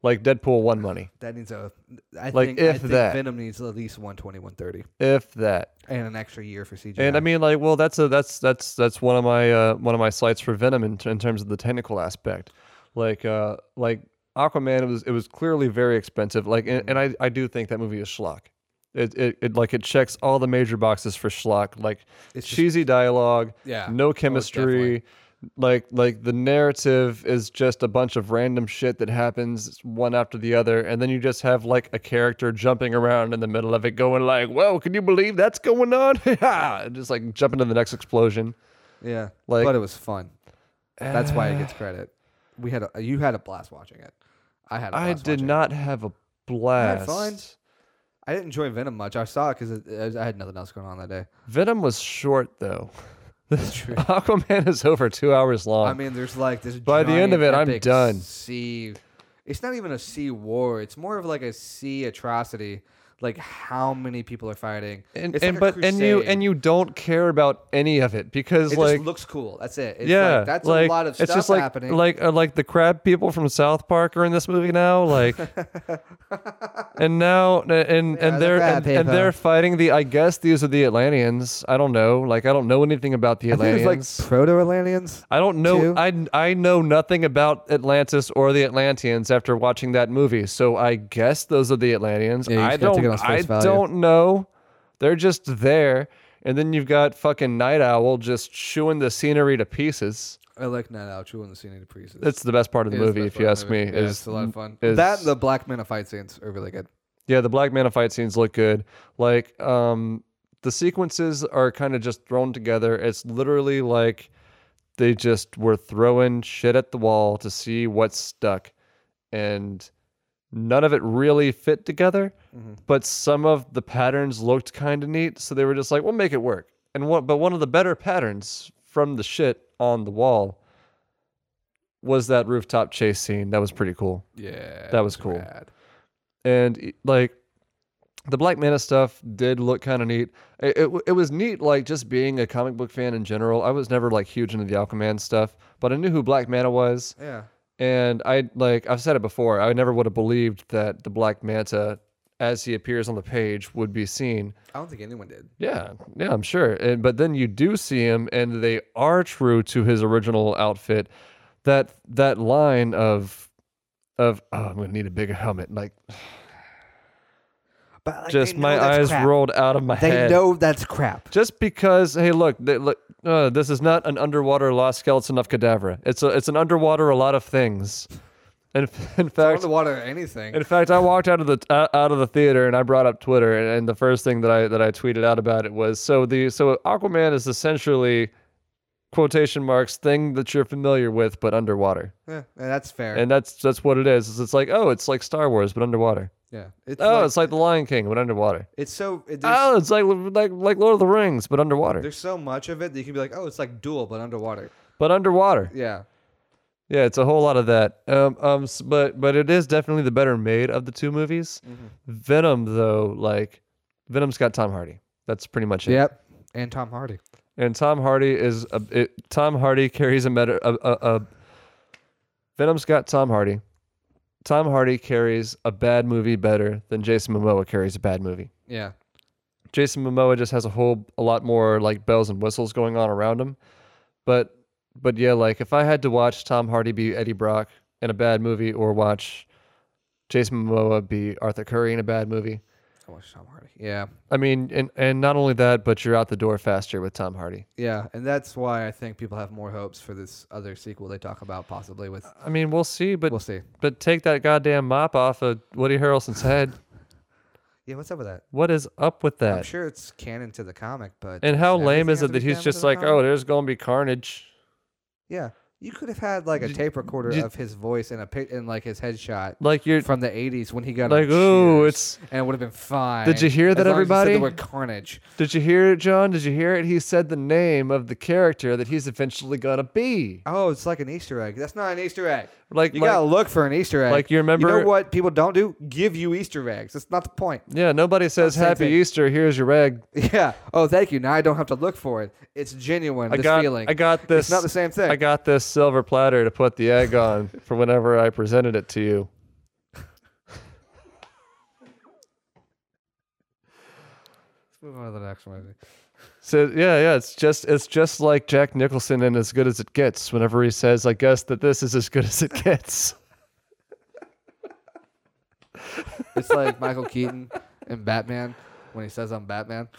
[SPEAKER 1] like Deadpool one money,
[SPEAKER 2] That needs a. I
[SPEAKER 1] Like,
[SPEAKER 2] think,
[SPEAKER 1] if
[SPEAKER 2] I think
[SPEAKER 1] that.
[SPEAKER 2] Venom needs at least 120, 130,
[SPEAKER 1] if that.
[SPEAKER 2] and an extra year for CGI.
[SPEAKER 1] And I mean, like, well, that's a that's that's that's one of my uh, one of my slights for Venom in, in terms of the technical aspect. Like, uh, like Aquaman, it was it was clearly very expensive. Like, and, and I I do think that movie is schlock. It, it, it like it checks all the major boxes for schlock. Like
[SPEAKER 2] It's just-
[SPEAKER 1] cheesy dialogue,
[SPEAKER 2] yeah,
[SPEAKER 1] no
[SPEAKER 2] most definitely.
[SPEAKER 1] chemistry like like the narrative is just a bunch of random shit that happens one after the other and then you just have like a character jumping around in the middle of it going like whoa can you believe that's going on and just like jumping to the next explosion
[SPEAKER 2] Yeah,
[SPEAKER 1] Like-
[SPEAKER 2] but it was fun. That's why it gets credit. We had a, you had a blast watching it. I had. A
[SPEAKER 1] i
[SPEAKER 2] blast
[SPEAKER 1] did
[SPEAKER 2] watching it.
[SPEAKER 1] not have a blast
[SPEAKER 2] fun. I didn't enjoy Venom much. I saw it because I had nothing else going on that day.
[SPEAKER 1] venom was short though
[SPEAKER 2] That's true.
[SPEAKER 1] aquaman is over two hours long
[SPEAKER 2] I mean, there's like this.
[SPEAKER 1] Oh. By the end of
[SPEAKER 2] giant
[SPEAKER 1] it, I'm
[SPEAKER 2] epic
[SPEAKER 1] done.
[SPEAKER 2] Sea. It's not even a sea war. It's more of like a sea atrocity. Like how many people are fighting?
[SPEAKER 1] and,
[SPEAKER 2] it's
[SPEAKER 1] and
[SPEAKER 2] like a
[SPEAKER 1] but and you
[SPEAKER 2] crusade.
[SPEAKER 1] and you don't care about any of it because
[SPEAKER 2] It
[SPEAKER 1] like
[SPEAKER 2] just looks cool. That's it. It's
[SPEAKER 1] yeah,
[SPEAKER 2] like, that's
[SPEAKER 1] like,
[SPEAKER 2] a lot of
[SPEAKER 1] it's
[SPEAKER 2] stuff
[SPEAKER 1] just like,
[SPEAKER 2] happening.
[SPEAKER 1] Like uh, like the crab people from South Park are in this movie now. Like, and now and and,
[SPEAKER 2] Yeah, the
[SPEAKER 1] and they're
[SPEAKER 2] crab
[SPEAKER 1] and, and
[SPEAKER 2] people.
[SPEAKER 1] they're fighting the. I guess these are the Atlanteans. I don't know. Like I don't know anything about the
[SPEAKER 2] I think
[SPEAKER 1] Atlanteans.
[SPEAKER 2] it's like proto Atlanteans.
[SPEAKER 1] I don't know.
[SPEAKER 2] two.
[SPEAKER 1] I I know nothing about Atlantis or the Atlanteans after watching that movie. So I guess those are the Atlanteans.
[SPEAKER 2] Yeah, you
[SPEAKER 1] I
[SPEAKER 2] just gotta
[SPEAKER 1] don't.
[SPEAKER 2] take it on
[SPEAKER 1] I
[SPEAKER 2] face value.
[SPEAKER 1] don't know. They're just there. And then you've got fucking Night Owl just chewing the scenery to pieces.
[SPEAKER 2] I like Night Owl chewing the scene in the priest.
[SPEAKER 1] That's the best part of the
[SPEAKER 2] It is
[SPEAKER 1] movie,
[SPEAKER 2] the
[SPEAKER 1] if
[SPEAKER 2] fun
[SPEAKER 1] you ask
[SPEAKER 2] movie.
[SPEAKER 1] me.
[SPEAKER 2] Yeah,
[SPEAKER 1] is
[SPEAKER 2] it's a lot of fun.
[SPEAKER 1] is-
[SPEAKER 2] that and the black men of fight scenes are really good.
[SPEAKER 1] yeah, the black man of fight scenes look good. Like, um, the sequences are kind of just thrown together. It's literally like they just were throwing shit at the wall to see what stuck, and none of it really fit together.
[SPEAKER 2] Mm-hmm.
[SPEAKER 1] But some of the patterns looked kind of neat, so they were just like, "We'll make it work." And what? But one of the better patterns from the shit on the wall was that rooftop chase scene. That was pretty cool
[SPEAKER 2] Yeah,
[SPEAKER 1] That was
[SPEAKER 2] it's
[SPEAKER 1] cool.
[SPEAKER 2] rad.
[SPEAKER 1] and e- like the Black Manta stuff did look kind of neat. It, it w- it was neat, like just being a comic book fan in general. I was never like huge into the Aquaman stuff, but I knew who Black Manta was,
[SPEAKER 2] Yeah,
[SPEAKER 1] and I like I've said it before. I never would have believed that the Black Manta, as he appears on the page, would be seen.
[SPEAKER 2] I don't think anyone did.
[SPEAKER 1] Yeah, yeah, I'm sure. And but then you do see him, and they are true to his original outfit. That that line of of oh, I'm gonna need a bigger helmet, like
[SPEAKER 2] But like, they
[SPEAKER 1] just
[SPEAKER 2] know
[SPEAKER 1] my
[SPEAKER 2] that's
[SPEAKER 1] eyes
[SPEAKER 2] crap.
[SPEAKER 1] rolled out of my
[SPEAKER 2] They
[SPEAKER 1] head.
[SPEAKER 2] know that's crap.
[SPEAKER 1] Just because, hey, look, they, look uh, this is not an underwater lost skeleton of Cadavra. It's a, it's an underwater a lot of things. In, f- in
[SPEAKER 2] Throw in
[SPEAKER 1] fact,
[SPEAKER 2] the water or anything.
[SPEAKER 1] in fact, I walked out of the uh, out of the theater and I brought up Twitter, and, and the first thing that I that I tweeted out about it was so the so Aquaman is essentially quotation marks thing that you're familiar with but underwater,
[SPEAKER 2] yeah, yeah, that's fair.
[SPEAKER 1] and that's that's what it is. is It's like oh, it's like Star Wars but underwater.
[SPEAKER 2] yeah. It's
[SPEAKER 1] Oh, it's like The Lion King but underwater.
[SPEAKER 2] it's so it, there's,
[SPEAKER 1] Oh, it's like like like Lord of the Rings but underwater.
[SPEAKER 2] there's so much of it that you can be like, oh, it's like dual but underwater.
[SPEAKER 1] But underwater.
[SPEAKER 2] Yeah.
[SPEAKER 1] Yeah, it's a whole lot of that. Um, um, s- but but it is definitely the better made of the two movies. Venom though, like Venom's got Tom Hardy. That's pretty much it.
[SPEAKER 2] Yep. And Tom Hardy.
[SPEAKER 1] And Tom Hardy is a, it, Tom Hardy carries a meta. A, a, a Venom's got Tom Hardy. Tom Hardy carries a bad movie better than Jason Momoa carries a bad movie.
[SPEAKER 2] Yeah.
[SPEAKER 1] Jason Momoa just has a whole a lot more like bells and whistles going on around him. But but yeah, like if I had to watch Tom Hardy be Eddie Brock in a bad movie or watch Jason Momoa be Arthur Curry in a bad movie.
[SPEAKER 2] I watched Tom Hardy. Yeah.
[SPEAKER 1] I mean, and and not only that, but you're out the door faster with Tom Hardy.
[SPEAKER 2] Yeah. And that's why I think people have more hopes for this other sequel they talk about possibly with
[SPEAKER 1] I mean, we'll see, but
[SPEAKER 2] we'll see.
[SPEAKER 1] but take that goddamn mop off of Woody Harrelson's head.
[SPEAKER 2] Yeah, what's up with that?
[SPEAKER 1] What is up with
[SPEAKER 2] I'm
[SPEAKER 1] that?
[SPEAKER 2] sure it's canon to the comic, but
[SPEAKER 1] And how
[SPEAKER 2] does
[SPEAKER 1] lame
[SPEAKER 2] everything
[SPEAKER 1] is
[SPEAKER 2] have
[SPEAKER 1] it
[SPEAKER 2] to
[SPEAKER 1] that
[SPEAKER 2] be
[SPEAKER 1] he's
[SPEAKER 2] canon to
[SPEAKER 1] just
[SPEAKER 2] the
[SPEAKER 1] like,
[SPEAKER 2] comic?
[SPEAKER 1] oh, there's gonna be carnage.
[SPEAKER 2] Yeah, you could have had like a
[SPEAKER 1] Did-
[SPEAKER 2] tape recorder
[SPEAKER 1] did-
[SPEAKER 2] of his voice and a pic and like his headshot
[SPEAKER 1] Like you're
[SPEAKER 2] from the '80s when he got on
[SPEAKER 1] like, oh,
[SPEAKER 2] Cheers,
[SPEAKER 1] it's
[SPEAKER 2] and it would have been fine.
[SPEAKER 1] Did you hear
[SPEAKER 2] as
[SPEAKER 1] that,
[SPEAKER 2] long as you said
[SPEAKER 1] everybody?
[SPEAKER 2] the word carnage.
[SPEAKER 1] Did you hear it, John? Did you hear it? He said the name of the character that he's eventually gonna be.
[SPEAKER 2] Oh, it's like an Easter egg. That's not an Easter egg.
[SPEAKER 1] Like,
[SPEAKER 2] You
[SPEAKER 1] like-
[SPEAKER 2] gotta look for an Easter egg.
[SPEAKER 1] like you
[SPEAKER 2] You
[SPEAKER 1] remember-
[SPEAKER 2] know what people don't do? Give you Easter eggs. That's not the point.
[SPEAKER 1] yeah, nobody says
[SPEAKER 2] same
[SPEAKER 1] Happy
[SPEAKER 2] thing.
[SPEAKER 1] Easter. Here's your egg.
[SPEAKER 2] Yeah. Oh, thank you. Now I don't have to look for it. It's genuine.
[SPEAKER 1] I
[SPEAKER 2] this
[SPEAKER 1] got,
[SPEAKER 2] feeling.
[SPEAKER 1] I got this.
[SPEAKER 2] It's not the same thing.
[SPEAKER 1] I got this silver platter to put the egg on for whenever I presented it to you.
[SPEAKER 2] Let's move on to the next one.
[SPEAKER 1] So yeah, yeah, it's just it's just like Jack Nicholson and as good as it gets. Whenever he says, "I guess that this is as good as it gets."
[SPEAKER 2] It's like Michael Keaton and Batman when he says I'm Batman.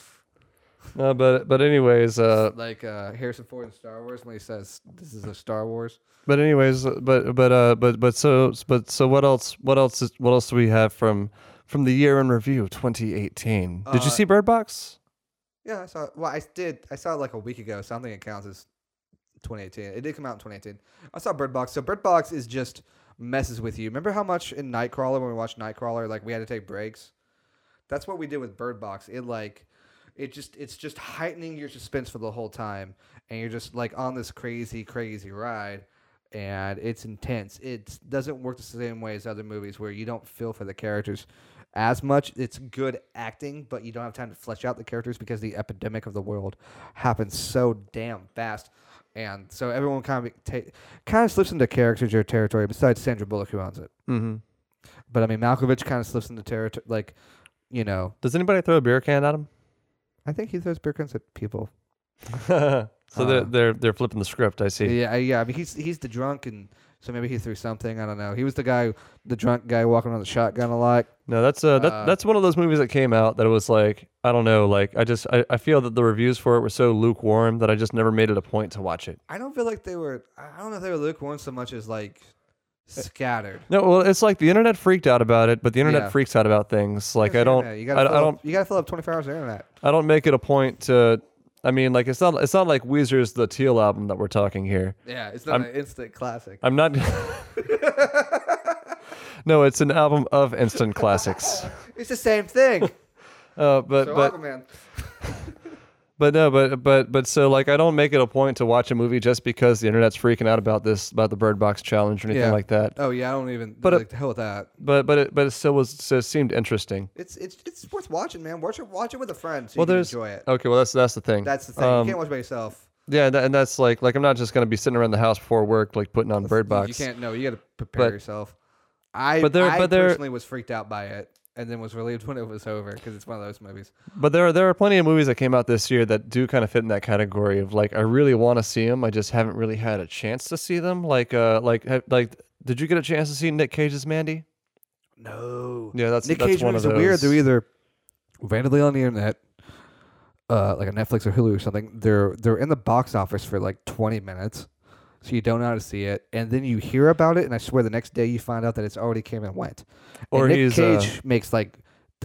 [SPEAKER 1] No, but but anyways, uh,
[SPEAKER 2] like uh, Harrison Ford in Star Wars when he says this is a Star Wars.
[SPEAKER 1] But anyways, uh, but but uh, but but so but so what else? What else? Is, what else do we have from from the year in review, 2018? Did
[SPEAKER 2] Uh,
[SPEAKER 1] you see Bird Box?
[SPEAKER 2] Yeah, I saw. Well, I did. I saw it like a week ago, so I don't think it counts as 2018. It did come out in 2018. I saw Bird Box. So Bird Box is just messes with you. Remember how much in Nightcrawler when we watched Nightcrawler, like we had to take breaks. That's what we did with Bird Box. It like, it just it's just heightening your suspense for the whole time, and you're just like on this crazy crazy ride. And it's intense. It doesn't work the same way as other movies where you don't feel for the characters as much. It's good acting, but you don't have time to flesh out the characters because the epidemic of the world happens so damn fast. And so everyone kind of ta- kind of slips into characters or territory. Besides Sandra Bullock, who owns it,
[SPEAKER 1] Mm-hmm.
[SPEAKER 2] but I mean Malkovich kind of slips into territory. Like, you know,
[SPEAKER 1] Does anybody throw a beer can at him?
[SPEAKER 2] I think he throws beer cans at people.
[SPEAKER 1] so they're
[SPEAKER 2] Uh.
[SPEAKER 1] they're they're flipping the script. I see.
[SPEAKER 2] Yeah, I- yeah. I mean, he's he's the drunk, and so maybe he threw something. I don't know. He was the guy, the drunk guy walking around with a shotgun a lot.
[SPEAKER 1] No, that's uh, that,
[SPEAKER 2] Uh,
[SPEAKER 1] that's one of those movies that came out that it was like I don't know, like I just I, I feel that the reviews for it were so lukewarm that I just never made it a point to watch it.
[SPEAKER 2] I don't feel like they were. I don't know if they were lukewarm so much as like scattered.
[SPEAKER 1] No, well, it's like the internet freaked out about it, but the internet
[SPEAKER 2] Yeah.
[SPEAKER 1] freaks out about things. Like I don't,
[SPEAKER 2] Internet. You
[SPEAKER 1] I,
[SPEAKER 2] gotta
[SPEAKER 1] I
[SPEAKER 2] fill up-
[SPEAKER 1] don't,
[SPEAKER 2] You gotta fill up 24 hours of internet.
[SPEAKER 1] I don't make it a point to. I mean, like it's not it's not like Weezer's the Teal album that we're talking here.
[SPEAKER 2] Yeah, it's not an instant classic.
[SPEAKER 1] I'm not. no, it's an album of instant classics.
[SPEAKER 2] It's the same thing.
[SPEAKER 1] Uh, but
[SPEAKER 2] so
[SPEAKER 1] but
[SPEAKER 2] Aquaman.
[SPEAKER 1] but no, but but but so like I don't make it a point to watch a movie just because the internet's freaking out about this about the Bird Box challenge or anything
[SPEAKER 2] Yeah.
[SPEAKER 1] like that.
[SPEAKER 2] Oh yeah, I don't even.
[SPEAKER 1] But,
[SPEAKER 2] But
[SPEAKER 1] uh,
[SPEAKER 2] like, the hell with that.
[SPEAKER 1] But but it but it still was so it seemed interesting.
[SPEAKER 2] It's it's it's worth watching, man. Watch it. Watch it with a friend so
[SPEAKER 1] Well,
[SPEAKER 2] you can
[SPEAKER 1] there's
[SPEAKER 2] enjoy it.
[SPEAKER 1] okay. Well, that's that's the thing.
[SPEAKER 2] That's the thing.
[SPEAKER 1] Um,
[SPEAKER 2] you can't watch by yourself.
[SPEAKER 1] yeah, and that, and that's like like I'm not just gonna be sitting around the house before work like putting on Bird
[SPEAKER 2] You-
[SPEAKER 1] Box.
[SPEAKER 2] You can't. No, you gotta prepare
[SPEAKER 1] But-
[SPEAKER 2] yourself. I
[SPEAKER 1] But there-
[SPEAKER 2] I
[SPEAKER 1] but there-
[SPEAKER 2] personally was freaked out by it, and then was relieved when it was over because it's one of those movies.
[SPEAKER 1] But there are there are plenty of movies that came out this year that do kind of fit in that category of like I really want to see them, I just haven't really had a chance to see them. Like uh like ha- like did you get a chance to see Nick Cage's Mandy?
[SPEAKER 2] No.
[SPEAKER 1] Yeah, that's
[SPEAKER 2] Nick
[SPEAKER 1] that's
[SPEAKER 2] Cage
[SPEAKER 1] one of
[SPEAKER 2] movies
[SPEAKER 1] those.
[SPEAKER 2] are weird. They're either randomly on the internet, uh, like a Netflix or Hulu or something. They're they're in the box office for like twenty minutes, so you don't know how to see it, and then you hear about it, and I swear the next day you find out that it's already came and went. And
[SPEAKER 1] Or
[SPEAKER 2] Nick
[SPEAKER 1] he's, uh,
[SPEAKER 2] Cage makes like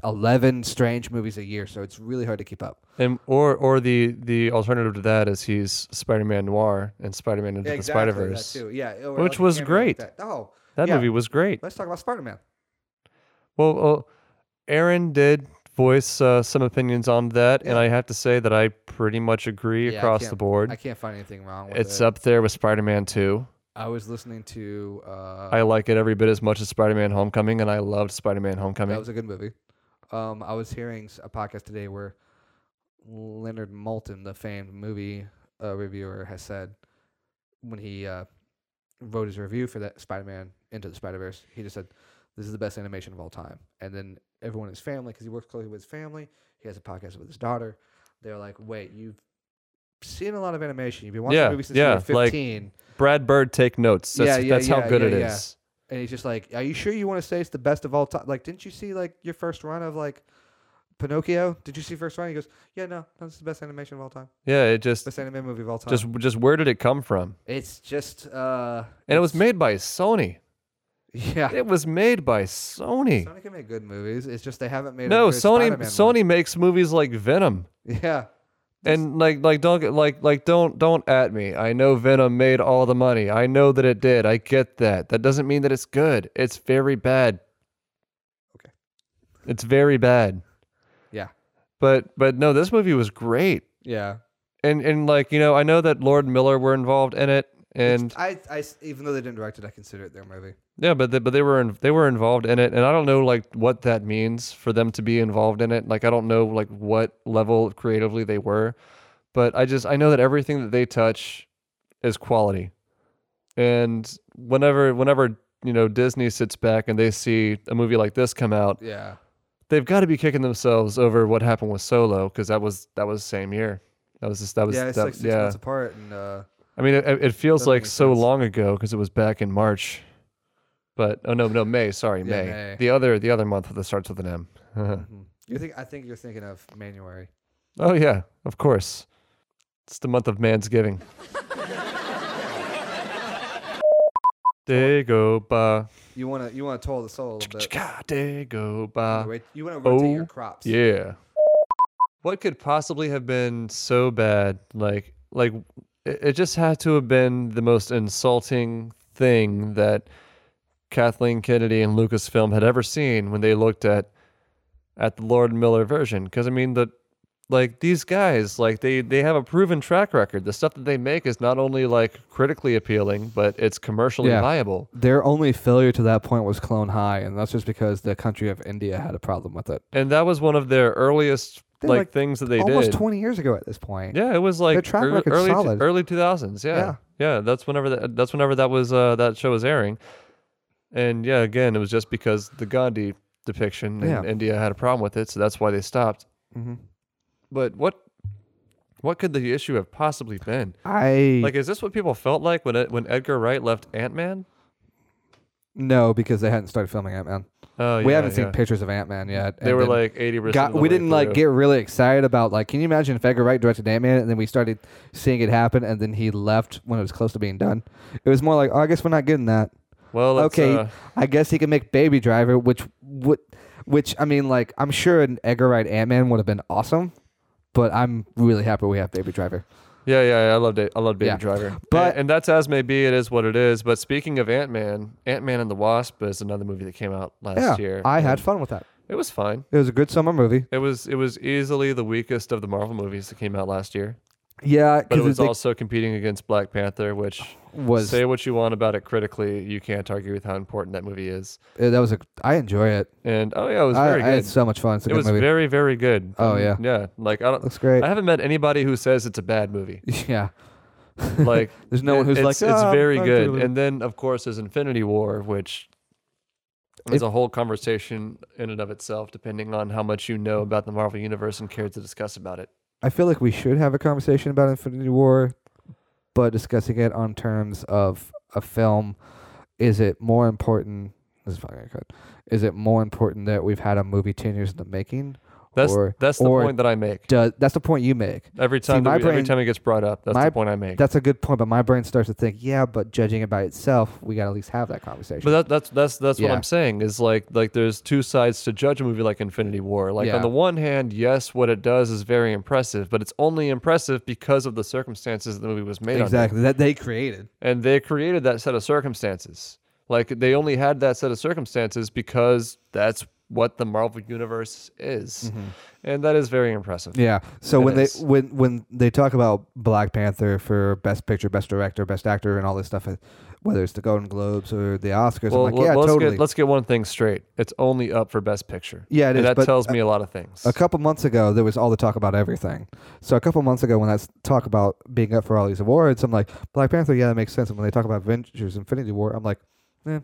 [SPEAKER 2] eleven strange movies a year, so it's really hard to keep up.
[SPEAKER 1] And or or the the alternative to that is he's Spider-Man Noir and Spider-Man into the Spider-Verse.
[SPEAKER 2] Yeah,
[SPEAKER 1] Which like a was cameo like great. that.
[SPEAKER 2] Oh,
[SPEAKER 1] That movie was great.
[SPEAKER 2] Let's talk about Spider Man.
[SPEAKER 1] Well, well, Aaron did voice uh, some opinions on that, and
[SPEAKER 2] Yeah.
[SPEAKER 1] I have to say that I pretty much agree across the board.
[SPEAKER 2] I can't find anything wrong with
[SPEAKER 1] It's
[SPEAKER 2] it.
[SPEAKER 1] up there with Spider-Man 2.
[SPEAKER 2] I was listening to. Uh,
[SPEAKER 1] I like it every bit as much as Spider-Man Homecoming, and I loved Spider-Man Homecoming.
[SPEAKER 2] That was a good movie. Um, I was hearing s- a podcast today where Leonard Moulton, the famed movie uh, reviewer, has said when he uh, wrote his review for that Spider-Man Into the Spider-Verse, he just said, "This is the best animation of all time." And then everyone in his family, because he works closely with his family, he has a podcast with his daughter. They're like, "Wait, you've seen a lot of animation. You've been watching
[SPEAKER 1] Yeah,
[SPEAKER 2] movies since you were
[SPEAKER 1] yeah, like-
[SPEAKER 2] 15."
[SPEAKER 1] Brad Bird, take notes. That's,
[SPEAKER 2] Yeah, yeah,
[SPEAKER 1] that's
[SPEAKER 2] yeah,
[SPEAKER 1] how good
[SPEAKER 2] yeah,
[SPEAKER 1] it
[SPEAKER 2] yeah.
[SPEAKER 1] is.
[SPEAKER 2] And he's just like, "Are you sure you want to say it's the best of all time? Like, didn't you see like your first run of like Pinocchio? Did you see first run?" He goes, "Yeah, no, no, it's the best animation of all time,
[SPEAKER 1] Yeah, it just
[SPEAKER 2] best anime movie of all time."
[SPEAKER 1] just just where did it come from?
[SPEAKER 2] it's just, uh,
[SPEAKER 1] And it was
[SPEAKER 2] it's-
[SPEAKER 1] made by Sony.
[SPEAKER 2] yeah.
[SPEAKER 1] It was made by Sony.
[SPEAKER 2] Sony can make good movies. It's just they haven't made
[SPEAKER 1] No,
[SPEAKER 2] A good
[SPEAKER 1] Sony
[SPEAKER 2] Spider-Man
[SPEAKER 1] Sony makes movies like Venom.
[SPEAKER 2] One. Yeah,
[SPEAKER 1] And like like don't get- like like don't don't at me. I know Venom made all the money. I know that it did. I get that. That doesn't mean that it's good. It's very bad.
[SPEAKER 2] Okay.
[SPEAKER 1] It's very bad.
[SPEAKER 2] Yeah.
[SPEAKER 1] But but no, this movie was great.
[SPEAKER 2] yeah.
[SPEAKER 1] And and like, you know, I know that Lord and Miller were involved in it
[SPEAKER 2] It's-
[SPEAKER 1] and
[SPEAKER 2] I, I s- even though they didn't direct it, I consider it their movie.
[SPEAKER 1] yeah, but they, but they were in, they were involved in it and I don't know like what that means for them to be involved in it. Like I don't know like what level creatively they were. but I just I know that everything that they touch is quality. And whenever whenever you know Disney sits back and they see a movie like this come out,
[SPEAKER 2] Yeah,
[SPEAKER 1] they've got to be kicking themselves over what happened with Solo because that was that was the same year. That was just, that was
[SPEAKER 2] yeah. It's
[SPEAKER 1] that-
[SPEAKER 2] like six
[SPEAKER 1] yeah.
[SPEAKER 2] months apart, and uh,
[SPEAKER 1] I mean, it, it feels
[SPEAKER 2] Doesn't
[SPEAKER 1] like
[SPEAKER 2] make
[SPEAKER 1] so
[SPEAKER 2] sense.
[SPEAKER 1] long ago because it was back in March. But oh no no May sorry
[SPEAKER 2] Yeah,
[SPEAKER 1] May.
[SPEAKER 2] May.
[SPEAKER 1] the other the other month that starts with an M.
[SPEAKER 2] mhm. you think I think you're thinking of Manuary.
[SPEAKER 1] oh yeah, of course. It's the month of man's giving. They go ba,
[SPEAKER 2] You wanna you wanna toll the soul a little bit.
[SPEAKER 1] Chika, they go
[SPEAKER 2] You
[SPEAKER 1] ba.
[SPEAKER 2] wanna rot- you wanna rotate
[SPEAKER 1] oh,
[SPEAKER 2] your crops.
[SPEAKER 1] Yeah. What could possibly have been so bad? Like, like it, it just had to have been the most insulting thing that Kathleen Kennedy and Lucasfilm had ever seen when they looked at at the Lord and Miller version. Because I mean, the like these guys, like they they have a proven track record. The stuff that they make is not only like critically appealing, but it's commercially
[SPEAKER 2] Yeah.
[SPEAKER 1] viable.
[SPEAKER 2] Their only failure to that point was Clone High, and that's just because the country of India had a problem with it.
[SPEAKER 1] And that was one of their earliest
[SPEAKER 2] They're,
[SPEAKER 1] like,
[SPEAKER 2] like,
[SPEAKER 1] things that they did.
[SPEAKER 2] Almost 20 years ago at this point.
[SPEAKER 1] Yeah, it was like
[SPEAKER 2] track
[SPEAKER 1] early,
[SPEAKER 2] record's
[SPEAKER 1] early,
[SPEAKER 2] solid.
[SPEAKER 1] early 2000s. Yeah. yeah.
[SPEAKER 2] Yeah.
[SPEAKER 1] that's whenever that that's whenever that was uh, that show was airing. And yeah, again, it was just because the Gandhi depiction and
[SPEAKER 2] Yeah.
[SPEAKER 1] India had a problem with it, so that's why they stopped.
[SPEAKER 2] Mm-hmm.
[SPEAKER 1] But what what could the issue have possibly been?
[SPEAKER 2] I
[SPEAKER 1] Like is this what people felt like when it, when Edgar Wright left Ant-Man?
[SPEAKER 2] no, because they hadn't started filming Ant Man.
[SPEAKER 1] Oh,
[SPEAKER 2] we
[SPEAKER 1] yeah,
[SPEAKER 2] haven't
[SPEAKER 1] yeah.
[SPEAKER 2] seen pictures of Ant Man yet.
[SPEAKER 1] They
[SPEAKER 2] and
[SPEAKER 1] were
[SPEAKER 2] then
[SPEAKER 1] like 80%
[SPEAKER 2] got,
[SPEAKER 1] of the
[SPEAKER 2] we
[SPEAKER 1] way
[SPEAKER 2] didn't like
[SPEAKER 1] through.
[SPEAKER 2] get really excited about like. Can you imagine if Edgar Wright directed Ant Man and then we started seeing it happen and then he left when it was close to being done? It was more like, oh, I guess we're not getting that.
[SPEAKER 1] Well, let's,
[SPEAKER 2] okay,
[SPEAKER 1] uh,
[SPEAKER 2] I guess he can make Baby Driver, which would, which I mean, like I'm sure an Edgar Wright Ant Man would have been awesome, but I'm really happy we have Baby Driver.
[SPEAKER 1] Yeah, yeah, yeah, I loved it. I loved Baby
[SPEAKER 2] Yeah.
[SPEAKER 1] Driver. But
[SPEAKER 2] But-
[SPEAKER 1] and, that's as may be. It is what it is. But speaking of Ant Man, Ant Man and the Wasp is another movie that came out last
[SPEAKER 2] yeah,
[SPEAKER 1] year.
[SPEAKER 2] I had
[SPEAKER 1] and
[SPEAKER 2] fun with that.
[SPEAKER 1] It was fine.
[SPEAKER 2] It was a good summer movie.
[SPEAKER 1] It was it was easily the weakest of the Marvel movies that came out last year.
[SPEAKER 2] Yeah,
[SPEAKER 1] But it
[SPEAKER 2] because
[SPEAKER 1] was
[SPEAKER 2] it like,
[SPEAKER 1] also competing against Black Panther, which
[SPEAKER 2] was
[SPEAKER 1] say what you want about it critically, you can't argue with how important that movie is.
[SPEAKER 2] uh, that was a I enjoy it.
[SPEAKER 1] And oh yeah, it was
[SPEAKER 2] I,
[SPEAKER 1] very
[SPEAKER 2] I had
[SPEAKER 1] good.
[SPEAKER 2] so much fun. It's a
[SPEAKER 1] it
[SPEAKER 2] good
[SPEAKER 1] was
[SPEAKER 2] movie.
[SPEAKER 1] very very good.
[SPEAKER 2] Oh, yeah.
[SPEAKER 1] yeah. Like I don't.
[SPEAKER 2] Looks great.
[SPEAKER 1] I haven't met anybody who says it's a bad movie.
[SPEAKER 2] yeah,
[SPEAKER 1] Like
[SPEAKER 2] there's no one who's
[SPEAKER 1] it's,
[SPEAKER 2] like
[SPEAKER 1] it's
[SPEAKER 2] "Ah,
[SPEAKER 1] very
[SPEAKER 2] I
[SPEAKER 1] good.
[SPEAKER 2] really-"
[SPEAKER 1] And then of course there's Infinity War, which is
[SPEAKER 2] It-
[SPEAKER 1] a whole conversation in and of itself, depending on how much you know about the Marvel universe and care to discuss about it.
[SPEAKER 2] I feel like we should have a conversation about Infinity War, but discussing it on terms of a film. Is it more important? This is fucking cut. Is it more important that we've had a movie ten years in the making,
[SPEAKER 1] That's
[SPEAKER 2] or
[SPEAKER 1] that's the
[SPEAKER 2] or
[SPEAKER 1] point that I make.
[SPEAKER 2] does that's the point you make.
[SPEAKER 1] Every time that
[SPEAKER 2] my
[SPEAKER 1] we- every
[SPEAKER 2] brain-
[SPEAKER 1] time it gets brought up, that's
[SPEAKER 2] my-
[SPEAKER 1] the point I make.
[SPEAKER 2] That's a good point, but my brain starts to think, yeah, but judging it by itself, we got to at least have that conversation.
[SPEAKER 1] But that, that's that's that's what
[SPEAKER 2] Yeah.
[SPEAKER 1] I'm saying is like like there's two sides to judge a movie like Infinity War. Like
[SPEAKER 2] Yeah.
[SPEAKER 1] on the one hand, yes, what it does is very impressive, but it's only impressive because of the circumstances the movie was made under.
[SPEAKER 2] exactly that they created.
[SPEAKER 1] and they created that set of circumstances. Like they only had that set of circumstances because that's what the Marvel universe is, and that is very impressive.
[SPEAKER 2] Mm-hmm. Yeah. So
[SPEAKER 1] It
[SPEAKER 2] when
[SPEAKER 1] is.
[SPEAKER 2] they when when they talk about Black Panther for best picture, best director, best actor, and all this stuff, uh, whether it's the Golden Globes or the Oscars,
[SPEAKER 1] Well,
[SPEAKER 2] I'm like,
[SPEAKER 1] let-
[SPEAKER 2] yeah,
[SPEAKER 1] let's
[SPEAKER 2] totally.
[SPEAKER 1] get let's get one thing straight. It's only up for Best Picture.
[SPEAKER 2] Yeah, it
[SPEAKER 1] and
[SPEAKER 2] is,
[SPEAKER 1] that
[SPEAKER 2] but
[SPEAKER 1] tells me a lot of things.
[SPEAKER 2] a couple months ago, there was all the talk about everything. So a couple months ago, when that's talk about being up for all these awards, I'm like, Black Panther, yeah, that makes sense. And when they talk about Avengers: Infinity War, I'm like,
[SPEAKER 1] You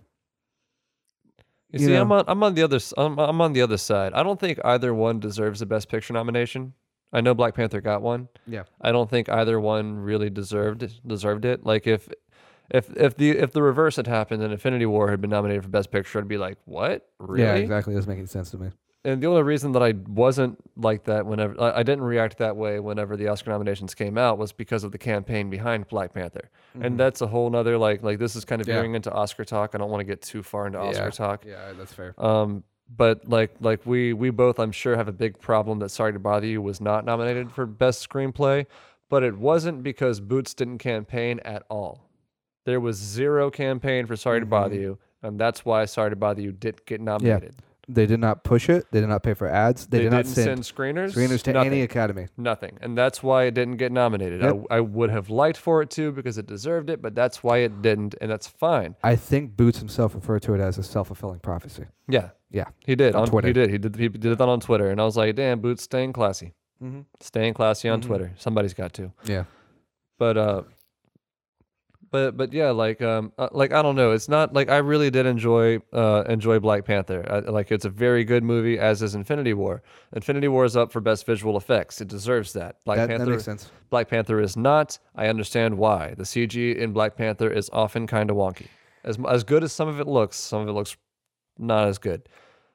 [SPEAKER 2] you
[SPEAKER 1] see, I'm
[SPEAKER 2] know.
[SPEAKER 1] on I'm on the other s- I'm, I'm on the other side. I don't think either one deserves a Best Picture nomination. I know Black Panther got one.
[SPEAKER 2] yeah,
[SPEAKER 1] I don't think either one really deserved deserved it. Like if if if the if the reverse had happened and Infinity War had been nominated for Best Picture, I'd be like, what really?
[SPEAKER 2] yeah, exactly. That's making sense to me.
[SPEAKER 1] And the only reason that I wasn't like that whenever I I didn't react that way whenever the Oscar nominations came out was because of the campaign behind Black Panther. And that's a whole nother like like this is kind of
[SPEAKER 2] Mm-hmm. Yeah.
[SPEAKER 1] veering into Oscar talk. I don't want to get too far into Oscar
[SPEAKER 2] Yeah.
[SPEAKER 1] talk.
[SPEAKER 2] Yeah, that's fair.
[SPEAKER 1] Um, but like like we we both I'm sure have a big problem that Sorry to Bother You was not nominated for best screenplay, but it wasn't because Boots didn't campaign at all. There was zero campaign for Sorry to
[SPEAKER 2] Mm-hmm.
[SPEAKER 1] Bother You, and that's why Sorry to Bother You did get nominated.
[SPEAKER 2] They did not push it. They did not pay for ads. They, did
[SPEAKER 1] not
[SPEAKER 2] not send,
[SPEAKER 1] screeners.
[SPEAKER 2] screeners to
[SPEAKER 1] nothing,
[SPEAKER 2] any academy.
[SPEAKER 1] nothing, and that's why it didn't get nominated.
[SPEAKER 2] Yep.
[SPEAKER 1] I, I would have liked for it to because it deserved it, but that's why it didn't, and that's fine.
[SPEAKER 2] I think Boots himself referred to it as a self fulfilling prophecy.
[SPEAKER 1] Yeah,
[SPEAKER 2] Yeah.
[SPEAKER 1] he did
[SPEAKER 2] On
[SPEAKER 1] on, He
[SPEAKER 2] Twitter.
[SPEAKER 1] did. He did. He did that on Twitter, and I was like, "Damn, Boots, staying classy."
[SPEAKER 2] Mm-hmm.
[SPEAKER 1] staying classy on
[SPEAKER 2] Mhm.
[SPEAKER 1] Twitter. Somebody's got to.
[SPEAKER 2] Yeah.
[SPEAKER 1] But uh but but yeah, like um uh, like I don't know, it's not like I really did enjoy uh enjoy Black Panther. I, like it's a very good movie as is Infinity War. Infinity War is up for best visual effects. It deserves that. Black
[SPEAKER 2] That, that
[SPEAKER 1] Panther
[SPEAKER 2] makes sense.
[SPEAKER 1] Black Panther is not. I understand why. The CG in Black Panther is often kind of wonky. As as good as some of it looks, some of it looks not as good.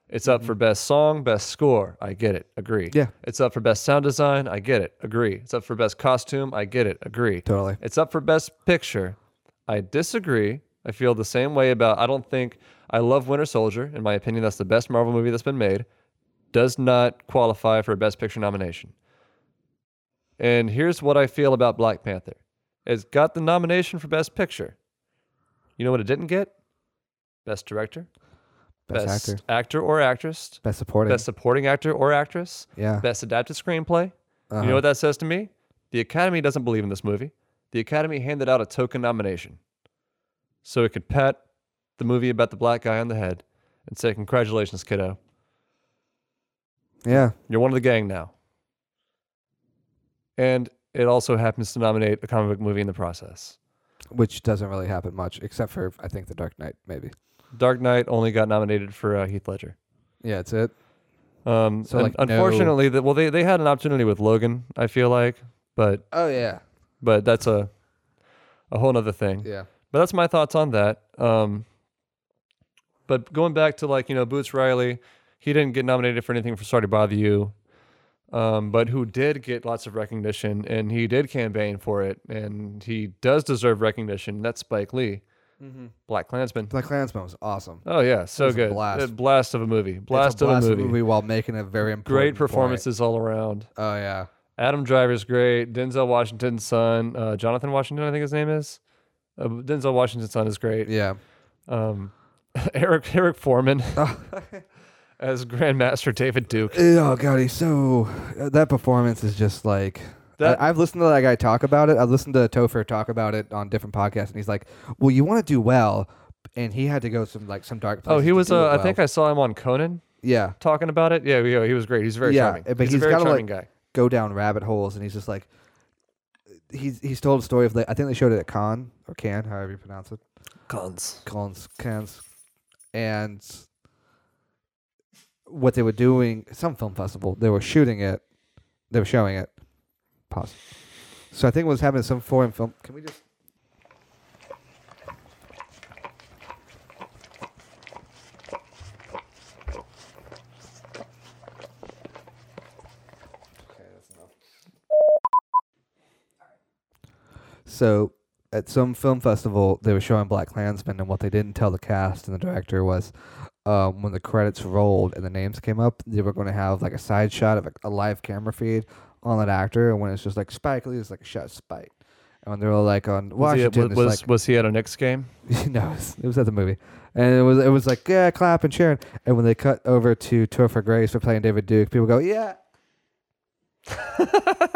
[SPEAKER 1] It's up for best song, best score. I get it. Agree.
[SPEAKER 2] Yeah.
[SPEAKER 1] It's up for best sound design. I get it. Agree. It's up for best costume. I get it. Agree.
[SPEAKER 2] Totally.
[SPEAKER 1] It's up for best picture. I disagree. I feel the same way about I don't think I love Winter Soldier. In my opinion, that's the best Marvel movie that's been made. Does not qualify for a best picture nomination. And here's what I feel about Black Panther. It's got the nomination for best picture. You know what it didn't get? Best director,
[SPEAKER 2] Best, actor.
[SPEAKER 1] actor or actress,
[SPEAKER 2] Best supporting. Ah.
[SPEAKER 1] best supporting actor or actress,
[SPEAKER 2] yeah.
[SPEAKER 1] best adapted screenplay.
[SPEAKER 2] uh
[SPEAKER 1] You know what that says to me? The Academy doesn't believe in this movie. The Academy handed out a token nomination so it could pat the movie about the black guy on the head and say, Congratulations, kiddo.
[SPEAKER 2] Yeah.
[SPEAKER 1] You're one of the gang now. And it also happens to nominate a comic book movie in the process.
[SPEAKER 2] Which doesn't really happen much, except for, I think, The Dark Knight, maybe.
[SPEAKER 1] Dark Knight only got nominated for uh, Heath Ledger.
[SPEAKER 2] Yeah, that's it.
[SPEAKER 1] Um,
[SPEAKER 2] So,
[SPEAKER 1] and
[SPEAKER 2] like, no-
[SPEAKER 1] unfortunately, that well, they, they had an opportunity with Logan, I feel like, but
[SPEAKER 2] Oh, yeah.
[SPEAKER 1] but that's a a whole nother thing.
[SPEAKER 2] Yeah.
[SPEAKER 1] But that's my thoughts on that. Um, but going back to like you know Boots Riley, he didn't get nominated for anything for Sorry to Bother You, um, but who did get lots of recognition and he did campaign for it and he does deserve recognition. That's Spike Lee,
[SPEAKER 2] Mm-hmm.
[SPEAKER 1] Black Klansman.
[SPEAKER 2] Black Klansman was awesome.
[SPEAKER 1] Oh yeah, so
[SPEAKER 2] was a
[SPEAKER 1] good.
[SPEAKER 2] blast.
[SPEAKER 1] A blast of a movie. Blast,
[SPEAKER 2] it's a blast
[SPEAKER 1] of a movie.
[SPEAKER 2] while making a very important
[SPEAKER 1] Great
[SPEAKER 2] point.
[SPEAKER 1] performances all around.
[SPEAKER 2] Oh, yeah.
[SPEAKER 1] Adam Driver's great. Denzel Washington's son, uh, Jonathan Washington, I think his name is. Uh, Denzel Washington's son is great.
[SPEAKER 2] Yeah.
[SPEAKER 1] um, Eric Eric Foreman as Grandmaster David Duke.
[SPEAKER 2] Oh god, he's so uh, that performance is just like
[SPEAKER 1] That-
[SPEAKER 2] I, have listened to that guy talk about it. I've listened to Topher talk about it on different podcasts, and he's like, "Well, you want to do well," and he had to go some like some dark.
[SPEAKER 1] Oh,
[SPEAKER 2] Places
[SPEAKER 1] he
[SPEAKER 2] to
[SPEAKER 1] was.
[SPEAKER 2] do
[SPEAKER 1] Uh,
[SPEAKER 2] it
[SPEAKER 1] I think
[SPEAKER 2] well.
[SPEAKER 1] I saw him on Conan
[SPEAKER 2] yeah,
[SPEAKER 1] talking about it. Yeah, yeah, he was great. He's very
[SPEAKER 2] Yeah,
[SPEAKER 1] charming.
[SPEAKER 2] but
[SPEAKER 1] he's, a
[SPEAKER 2] he's
[SPEAKER 1] very
[SPEAKER 2] gotta,
[SPEAKER 1] charming guy.
[SPEAKER 2] go down rabbit holes, and he's just like, he's he's told a story of like I think they showed it at Cannes or Cannes, however you pronounce it,
[SPEAKER 1] Cons.
[SPEAKER 2] Cannes, Cannes, and what they were doing some film festival they were shooting it, they were showing it. Pause. So I think what was happening is some foreign film. Can we just? So at some film festival, they were showing Black Klansman, and what they didn't tell the cast and the director was um, when the credits rolled and the names came up, they were going to have like a side shot of a, a live camera feed on that actor. And when it's just like Spike Lee, it's like a shot of Spike. And when they were like on
[SPEAKER 1] Was he, at-
[SPEAKER 2] Washington,
[SPEAKER 1] was,
[SPEAKER 2] it's
[SPEAKER 1] was,
[SPEAKER 2] like
[SPEAKER 1] was he at a Knicks game?
[SPEAKER 2] no, it was, it was at the movie, and it was it was like yeah, clap and cheering. And when they cut over to Tour for Grace for playing David Duke, people go yeah.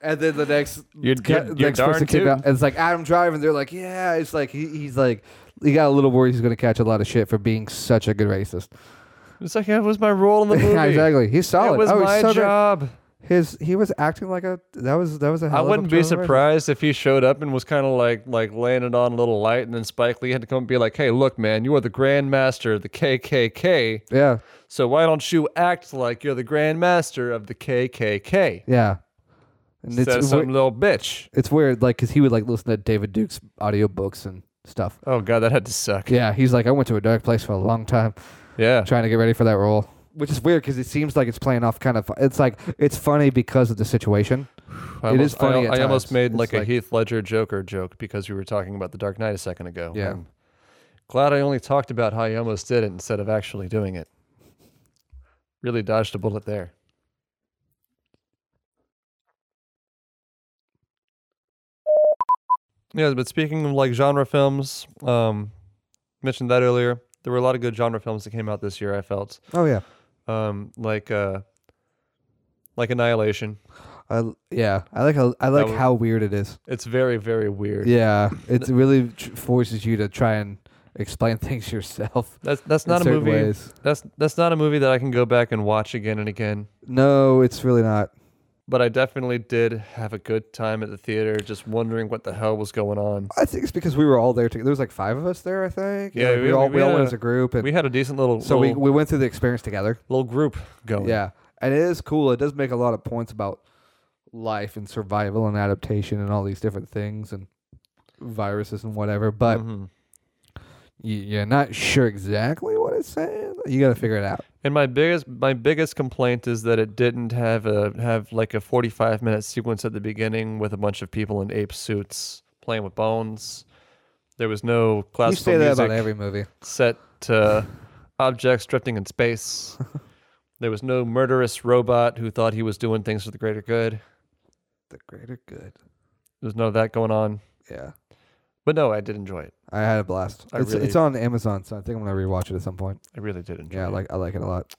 [SPEAKER 2] and then the next
[SPEAKER 1] You're-
[SPEAKER 2] ca-
[SPEAKER 1] you're- you're
[SPEAKER 2] next person
[SPEAKER 1] darn
[SPEAKER 2] came
[SPEAKER 1] tootin'.
[SPEAKER 2] out, and it's like Adam Driver, and they're like yeah, it's like he, he's like he got a little worried he's gonna catch a lot of shit for being such a good racist.
[SPEAKER 1] It's like it was my role in the movie.
[SPEAKER 2] Yeah, exactly, he's solid.
[SPEAKER 1] It was
[SPEAKER 2] oh, he's
[SPEAKER 1] my
[SPEAKER 2] so great.
[SPEAKER 1] job.
[SPEAKER 2] His he was acting like a that was that was a. Hell
[SPEAKER 1] I
[SPEAKER 2] of a
[SPEAKER 1] wouldn't be
[SPEAKER 2] observation.
[SPEAKER 1] surprised if he showed up and was kind of like like landed on a little light, and then Spike Lee had to come and be like, "Hey, look, man, you are the Grand Master of the KKK,
[SPEAKER 2] Yeah,
[SPEAKER 1] so why don't you act like you're the Grand Master of the KKK?"
[SPEAKER 2] yeah. And
[SPEAKER 1] Says
[SPEAKER 2] weird-
[SPEAKER 1] some little bitch.
[SPEAKER 2] It's weird, like, because he would like listen to David Duke's audiobooks and stuff.
[SPEAKER 1] Oh god, that had to suck.
[SPEAKER 2] Yeah, he's like, I went to a dark place for a long time
[SPEAKER 1] Yeah,
[SPEAKER 2] trying to get ready for that role, which is weird because it seems like it's playing off kind of. It's like it's funny because of the situation.
[SPEAKER 1] I
[SPEAKER 2] It
[SPEAKER 1] almo-
[SPEAKER 2] is funny
[SPEAKER 1] I,
[SPEAKER 2] at
[SPEAKER 1] I almost
[SPEAKER 2] times.
[SPEAKER 1] made
[SPEAKER 2] It's
[SPEAKER 1] like a
[SPEAKER 2] like-
[SPEAKER 1] Heath Ledger Joker joke because we were talking about the Dark Knight a second ago.
[SPEAKER 2] Yeah.
[SPEAKER 1] I'm glad I only talked about how I almost did it instead of actually doing it. Really dodged a bullet there. Yeah, but speaking of like genre films, um, mentioned that earlier. There were a lot of good genre films that came out this year. I felt
[SPEAKER 2] Oh yeah,
[SPEAKER 1] um, like uh, like Annihilation.
[SPEAKER 2] I l- yeah, I like how I like
[SPEAKER 1] was-
[SPEAKER 2] how weird it is.
[SPEAKER 1] It's very very weird.
[SPEAKER 2] Yeah, it really tr- forces you to try and explain things yourself.
[SPEAKER 1] That's that's
[SPEAKER 2] in
[SPEAKER 1] not a
[SPEAKER 2] certain
[SPEAKER 1] movie.
[SPEAKER 2] Ways.
[SPEAKER 1] That's that's not a movie that I can go back and watch again and again.
[SPEAKER 2] No, it's really not.
[SPEAKER 1] But I definitely did have a good time at the theater, just wondering what the hell was going on.
[SPEAKER 2] I think it's because we were all there together. There was like five of us there, I think.
[SPEAKER 1] Yeah,
[SPEAKER 2] Like, we,
[SPEAKER 1] we-
[SPEAKER 2] all
[SPEAKER 1] we
[SPEAKER 2] we all
[SPEAKER 1] had
[SPEAKER 2] went
[SPEAKER 1] a-
[SPEAKER 2] as a group, and
[SPEAKER 1] We had a decent little
[SPEAKER 2] so we,
[SPEAKER 1] little,
[SPEAKER 2] we went through the experience together.
[SPEAKER 1] little group going.
[SPEAKER 2] Yeah, and it is cool. It does make a lot of points about life and survival and adaptation and all these different things and viruses and whatever. But
[SPEAKER 1] Mhm.
[SPEAKER 2] y you're not sure exactly what it's saying. You got to figure it out.
[SPEAKER 1] And my biggest my biggest complaint is that it didn't have a have like a 45 minute sequence at the beginning with a bunch of people in ape suits playing with bones. There was no
[SPEAKER 2] you
[SPEAKER 1] classical
[SPEAKER 2] say that
[SPEAKER 1] music
[SPEAKER 2] about every movie.
[SPEAKER 1] set to objects drifting in space. There was no murderous robot who thought he was doing things for the greater good.
[SPEAKER 2] The greater good.
[SPEAKER 1] There's none of that going on.
[SPEAKER 2] Yeah,
[SPEAKER 1] But no, I did enjoy it.
[SPEAKER 2] I had a blast.
[SPEAKER 1] I
[SPEAKER 2] it's
[SPEAKER 1] really-
[SPEAKER 2] it's on Amazon, so I think I'm gonna rewatch it at some point.
[SPEAKER 1] I really did enjoy
[SPEAKER 2] Yeah, I
[SPEAKER 1] it.
[SPEAKER 2] like I like it a lot.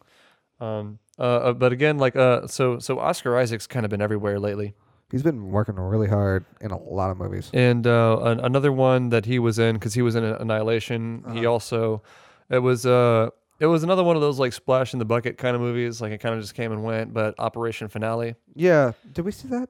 [SPEAKER 1] um, uh, uh, but again, like uh, so so Oscar Isaac's kind of been everywhere lately,
[SPEAKER 2] He's been working really hard in a lot of movies.
[SPEAKER 1] and uh, an, another one that he was in because he was in Annihilation. He
[SPEAKER 2] Uh-huh.
[SPEAKER 1] also, it was uh, it was another one of those like splash in the bucket kind of movies. Like it kind of just came and went. But Operation Finale,
[SPEAKER 2] Yeah, did we see that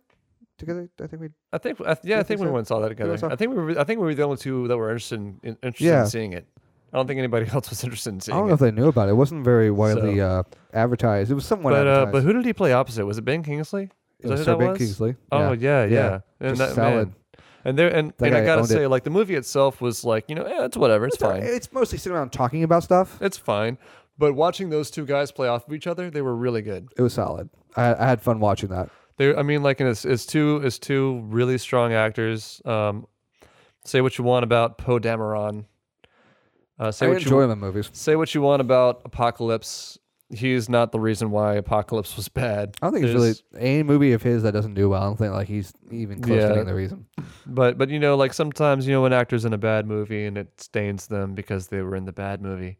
[SPEAKER 2] together? I think we.
[SPEAKER 1] I think, I th- yeah,
[SPEAKER 2] You
[SPEAKER 1] I
[SPEAKER 2] think
[SPEAKER 1] think we
[SPEAKER 2] so?
[SPEAKER 1] went and saw that together.
[SPEAKER 2] saw-
[SPEAKER 1] I think we were, I think we were the only two that were interested in, in- interested
[SPEAKER 2] Yeah.
[SPEAKER 1] in seeing it. I don't think anybody else was interested in
[SPEAKER 2] I
[SPEAKER 1] seeing
[SPEAKER 2] don't know
[SPEAKER 1] it.
[SPEAKER 2] if they knew about it. It wasn't very widely uh, advertised. It was somewhat
[SPEAKER 1] But uh,
[SPEAKER 2] advertised.
[SPEAKER 1] but who did he play opposite? Was it Ben Kingsley?
[SPEAKER 2] It
[SPEAKER 1] Is
[SPEAKER 2] was
[SPEAKER 1] that
[SPEAKER 2] Sir
[SPEAKER 1] who that
[SPEAKER 2] Ben
[SPEAKER 1] was?
[SPEAKER 2] Kingsley.
[SPEAKER 1] Oh yeah, yeah. And that
[SPEAKER 2] Just solid.
[SPEAKER 1] man. And there and,
[SPEAKER 2] That
[SPEAKER 1] and I
[SPEAKER 2] guy
[SPEAKER 1] gotta
[SPEAKER 2] owned it.
[SPEAKER 1] say, like the movie itself was like, you know, eh, it's whatever, it's
[SPEAKER 2] It's-
[SPEAKER 1] fine.
[SPEAKER 2] It's mostly sitting around talking about stuff.
[SPEAKER 1] It's fine. But watching those two guys play off of each other, they were really good.
[SPEAKER 2] It was solid. I, I had fun watching that.
[SPEAKER 1] They I mean, like and it's it's two it's two really strong actors. Um say what you want about Poe Dameron. Uh say
[SPEAKER 2] I
[SPEAKER 1] what you
[SPEAKER 2] enjoy my movies.
[SPEAKER 1] say what you want about Apocalypse. He's not the reason why Apocalypse was bad.
[SPEAKER 2] I don't think it's really
[SPEAKER 1] There's-
[SPEAKER 2] any movie of his that doesn't do well. I don't think like he's even close
[SPEAKER 1] Yeah.
[SPEAKER 2] to being the reason.
[SPEAKER 1] But but you know, like sometimes you know an actor's in a bad movie and it stains them because they were in the bad movie.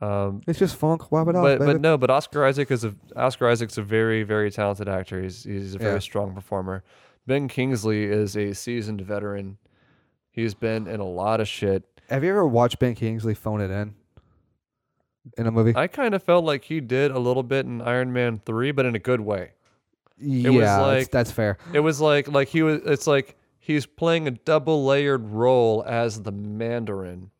[SPEAKER 1] Um,
[SPEAKER 2] It's just funk. Wop it off,
[SPEAKER 1] but
[SPEAKER 2] uh, baby.
[SPEAKER 1] but no, but Oscar Isaac is a Oscar Isaac's a very very talented actor. He's he's a very
[SPEAKER 2] Yeah.
[SPEAKER 1] strong performer. Ben Kingsley is a seasoned veteran. He's been in a lot of shit.
[SPEAKER 2] Have you ever watched Ben Kingsley phone it in in a movie?
[SPEAKER 1] I kind of felt like he did a little bit in Iron Man three, but in a good way.
[SPEAKER 2] yeah,
[SPEAKER 1] was
[SPEAKER 2] it's-
[SPEAKER 1] like-
[SPEAKER 2] that's fair.
[SPEAKER 1] It was like like he was. It's like he's playing a double layered role as the Mandarin,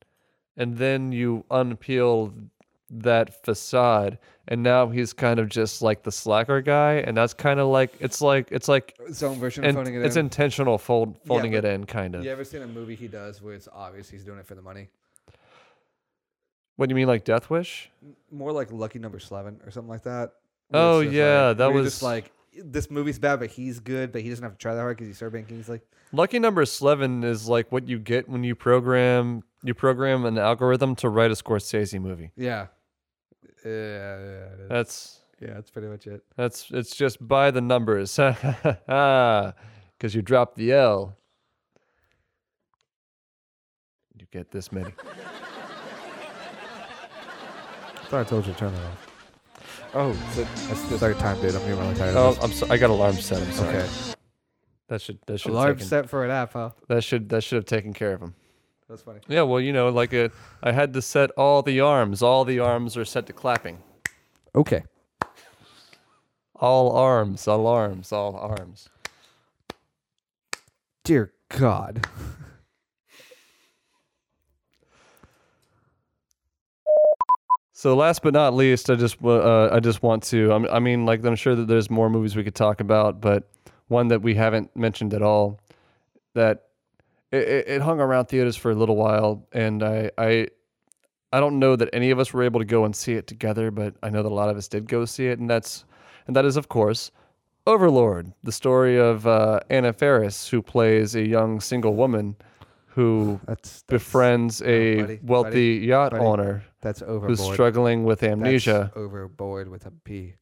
[SPEAKER 1] and then you unpeel that facade, and now he's kind of just like the slacker guy, and that's kind of like it's like it's like
[SPEAKER 2] His own version
[SPEAKER 1] and it's intentional fold folding
[SPEAKER 2] but-
[SPEAKER 1] it in kind of.
[SPEAKER 2] ever seen a movie he does where it's obvious he's doing it for the money?
[SPEAKER 1] What do you mean like Death Wish?
[SPEAKER 2] more like Lucky Number Seven or something like that.
[SPEAKER 1] where it's Oh, just like- yeah, that
[SPEAKER 2] where you're
[SPEAKER 1] was-
[SPEAKER 2] just like this movie's bad, but he's good, but he doesn't have to try that hard because he's Sir Ben Kingsley.
[SPEAKER 1] Lucky number eleven is like what you get when you program you program an algorithm to write a Scorsese movie.
[SPEAKER 2] Yeah. Yeah, yeah, it is.
[SPEAKER 1] That's
[SPEAKER 2] yeah, that's pretty much it.
[SPEAKER 1] that's it's just by the numbers, because you drop the L, you get this many.
[SPEAKER 2] I thought I told you to turn that off. Oh, so that's the third time, dude. I'm getting really tired.
[SPEAKER 1] Oh,
[SPEAKER 2] of
[SPEAKER 1] I'm so, I got alarm set. I'm
[SPEAKER 2] this.
[SPEAKER 1] sorry.
[SPEAKER 2] okay.
[SPEAKER 1] That should that should have
[SPEAKER 2] Alarm
[SPEAKER 1] taken,
[SPEAKER 2] set for an app, huh?
[SPEAKER 1] that should that should have taken care of him.
[SPEAKER 2] That's funny.
[SPEAKER 1] Yeah, well, you know, like a, I had to set all the arms. All the arms are set to clapping.
[SPEAKER 2] Okay.
[SPEAKER 1] All arms, all arms, all arms.
[SPEAKER 2] Dear God.
[SPEAKER 1] So last but not least, I just wa- uh, I just want to I'm, I mean like I'm sure that there's more movies we could talk about, but one that we haven't mentioned at all that it, it, it hung around theaters for a little while, and I I I don't know that any of us were able to go and see it together, but I know that a lot of us did go see it, and that's and that is of course Overlord, the story of uh, Anna Faris, who plays a young single woman who
[SPEAKER 2] That's, that's
[SPEAKER 1] befriends a
[SPEAKER 2] buddy,
[SPEAKER 1] wealthy
[SPEAKER 2] buddy,
[SPEAKER 1] yacht
[SPEAKER 2] buddy.
[SPEAKER 1] owner
[SPEAKER 2] That's overboard.
[SPEAKER 1] who's struggling with
[SPEAKER 2] That's
[SPEAKER 1] amnesia.
[SPEAKER 2] overboard with a P.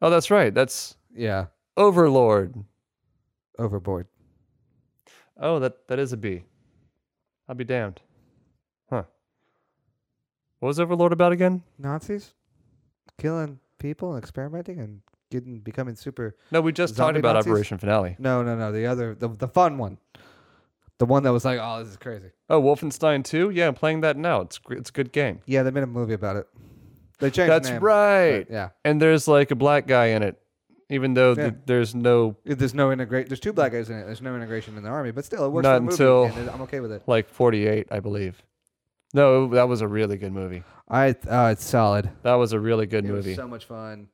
[SPEAKER 1] Oh, that's right. That's
[SPEAKER 2] Yeah,
[SPEAKER 1] Overlord.
[SPEAKER 2] overboard.
[SPEAKER 1] Oh, that that is a B. I'll be damned. Huh. What was Overlord about again?
[SPEAKER 2] Nazis killing people and experimenting and getting becoming super.
[SPEAKER 1] No, we just
[SPEAKER 2] Zombie
[SPEAKER 1] talked about
[SPEAKER 2] Nazis?
[SPEAKER 1] Operation Finale.
[SPEAKER 2] No, no, no. The other, the, the fun one, the one that was like, oh, this is crazy.
[SPEAKER 1] Oh, Wolfenstein 2? Yeah, I'm playing that now. It's gr- it's a good game.
[SPEAKER 2] Yeah, they made a movie about it. They changed. the
[SPEAKER 1] That's
[SPEAKER 2] name,
[SPEAKER 1] right.
[SPEAKER 2] but Yeah,
[SPEAKER 1] And there's like a black guy in it, even though th-
[SPEAKER 2] Yeah.
[SPEAKER 1] there's no
[SPEAKER 2] there's no integrate. There's two black guys in it. There's no integration in the army, but still, it works.
[SPEAKER 1] Not
[SPEAKER 2] for the movie,
[SPEAKER 1] until-
[SPEAKER 2] and it- I'm okay with it.
[SPEAKER 1] like 48, I believe. No, that was a really good movie.
[SPEAKER 2] I. Uh, it's solid.
[SPEAKER 1] That was a really good
[SPEAKER 2] It
[SPEAKER 1] movie.
[SPEAKER 2] was so much fun.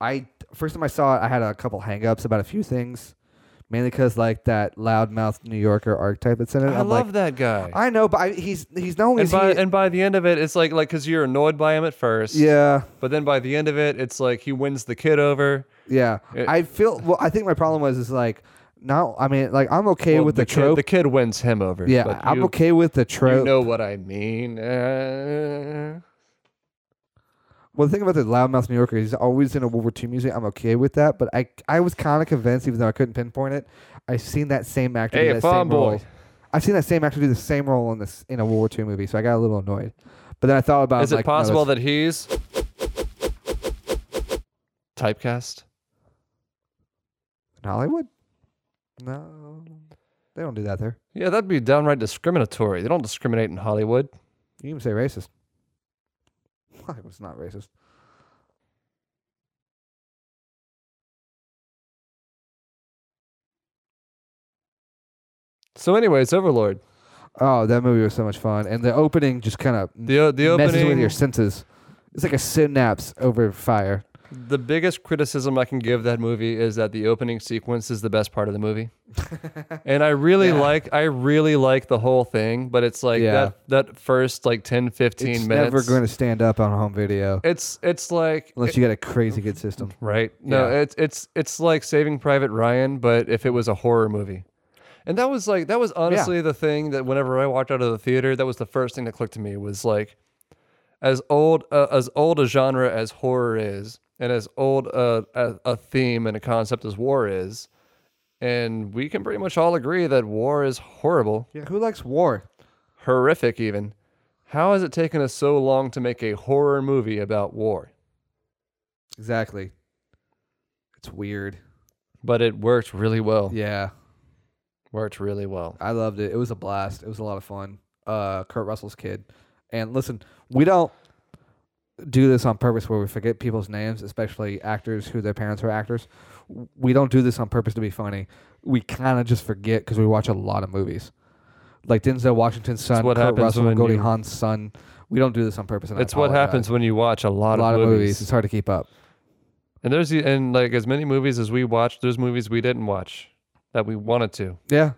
[SPEAKER 2] I first time I saw it, I had a couple hangups about a few things, mainly because like that loudmouth New Yorker archetype that's in it.
[SPEAKER 1] I
[SPEAKER 2] am
[SPEAKER 1] love
[SPEAKER 2] like,
[SPEAKER 1] that guy.
[SPEAKER 2] I know, but I, he's he's not only
[SPEAKER 1] and
[SPEAKER 2] is he-
[SPEAKER 1] by and by the end of it, it's like like because you're annoyed by him at first.
[SPEAKER 2] yeah
[SPEAKER 1] But then by the end of it, it's like he wins the kid over.
[SPEAKER 2] yeah.
[SPEAKER 1] It-
[SPEAKER 2] I feel well. I think my problem was is like now. I mean, like I'm okay
[SPEAKER 1] Well,
[SPEAKER 2] with the,
[SPEAKER 1] kid,
[SPEAKER 2] trope.
[SPEAKER 1] the kid wins him over.
[SPEAKER 2] yeah,
[SPEAKER 1] but
[SPEAKER 2] I'm
[SPEAKER 1] you,
[SPEAKER 2] okay with the trope.
[SPEAKER 1] You know what I mean? Uh,
[SPEAKER 2] Well, the thing about the loudmouth New Yorker, he's always in a World War II music. I'm okay with that, but I I was kind of convinced, even though I couldn't pinpoint it. I've seen that same actor
[SPEAKER 1] Hey,
[SPEAKER 2] do that
[SPEAKER 1] farm
[SPEAKER 2] same
[SPEAKER 1] boy.
[SPEAKER 2] role. I've seen that same actor do the same role in this in a World War II movie, so I got a little annoyed. But then I thought about
[SPEAKER 1] is it
[SPEAKER 2] like, no,
[SPEAKER 1] possible
[SPEAKER 2] that's-
[SPEAKER 1] that he's typecast?
[SPEAKER 2] in Hollywood? No, they don't do that there.
[SPEAKER 1] Yeah, that'd be downright discriminatory. They don't discriminate in Hollywood.
[SPEAKER 2] You can say racist. I was not racist.
[SPEAKER 1] So, anyways, Overlord.
[SPEAKER 2] Oh, that movie was so much fun, and the opening just kind of
[SPEAKER 1] The o- the
[SPEAKER 2] messes
[SPEAKER 1] opening.
[SPEAKER 2] with your senses. It's like a synapse over fire.
[SPEAKER 1] The biggest criticism I can give that movie is that the opening sequence is the best part of the movie. and I really
[SPEAKER 2] Yeah.
[SPEAKER 1] like I really like the whole thing, but it's like
[SPEAKER 2] Yeah.
[SPEAKER 1] that that first like 10 15
[SPEAKER 2] it's
[SPEAKER 1] minutes.
[SPEAKER 2] never going to stand up on home video
[SPEAKER 1] it's it's like
[SPEAKER 2] unless you got a crazy good system.
[SPEAKER 1] right? No,
[SPEAKER 2] Yeah.
[SPEAKER 1] it's it's it's like Saving Private Ryan, but if it was a horror movie. And that was like that was honestly the thing that whenever I walked out of the theater, that was the first thing that clicked to me was like as old uh, as old a genre as horror is and as old a, a, a theme and a concept as war is, and we can pretty much all agree that war is horrible.
[SPEAKER 2] Yeah, who likes war?
[SPEAKER 1] horrific even how has it taken us so long to make a horror movie about war
[SPEAKER 2] Exactly. It's weird.
[SPEAKER 1] but it worked really well
[SPEAKER 2] Yeah,
[SPEAKER 1] worked really well
[SPEAKER 2] I loved it. It was a blast. It was a lot of fun. Uh, Kurt Russell's kid. And listen, we don't do this on purpose where we forget people's names, especially actors who their parents were actors. We don't do this on purpose to be funny. We kind of just forget because we watch a lot of movies. Like Denzel Washington's son,
[SPEAKER 1] what
[SPEAKER 2] Kurt
[SPEAKER 1] happens
[SPEAKER 2] Russell,
[SPEAKER 1] when
[SPEAKER 2] Goldie
[SPEAKER 1] you-
[SPEAKER 2] Hawn's son. We don't do this on purpose. and I
[SPEAKER 1] it's what
[SPEAKER 2] apologize.
[SPEAKER 1] happens when you watch a lot,
[SPEAKER 2] a lot
[SPEAKER 1] of, movies.
[SPEAKER 2] It's hard to keep up.
[SPEAKER 1] and there's the- and like as many movies as we watched there's movies we didn't watch that we wanted to
[SPEAKER 2] Yeah,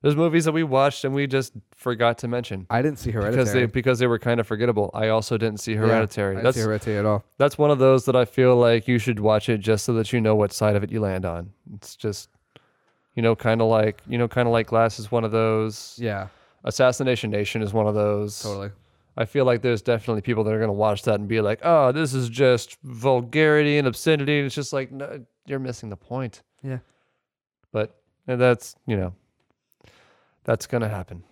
[SPEAKER 1] There's movies that we watched and we just forgot to mention
[SPEAKER 2] I didn't see Hereditary.
[SPEAKER 1] because they because they were kind of forgettable. I also didn't see
[SPEAKER 2] Yeah,
[SPEAKER 1] Hereditary.
[SPEAKER 2] I didn't
[SPEAKER 1] that's
[SPEAKER 2] see Hereditary at all.
[SPEAKER 1] that's one of those that I feel like you should watch it just so that you know what side of it you land on. It's just you know kind of like you know kind of like Glass is one of those.
[SPEAKER 2] Yeah,
[SPEAKER 1] Assassination Nation is one of those.
[SPEAKER 2] totally.
[SPEAKER 1] I feel like there's definitely people that are going to watch that and be like, "Oh, this is just vulgarity and obscenity." And it's just like, no, you're missing the point.
[SPEAKER 2] Yeah.
[SPEAKER 1] But and that's you know, that's going to happen.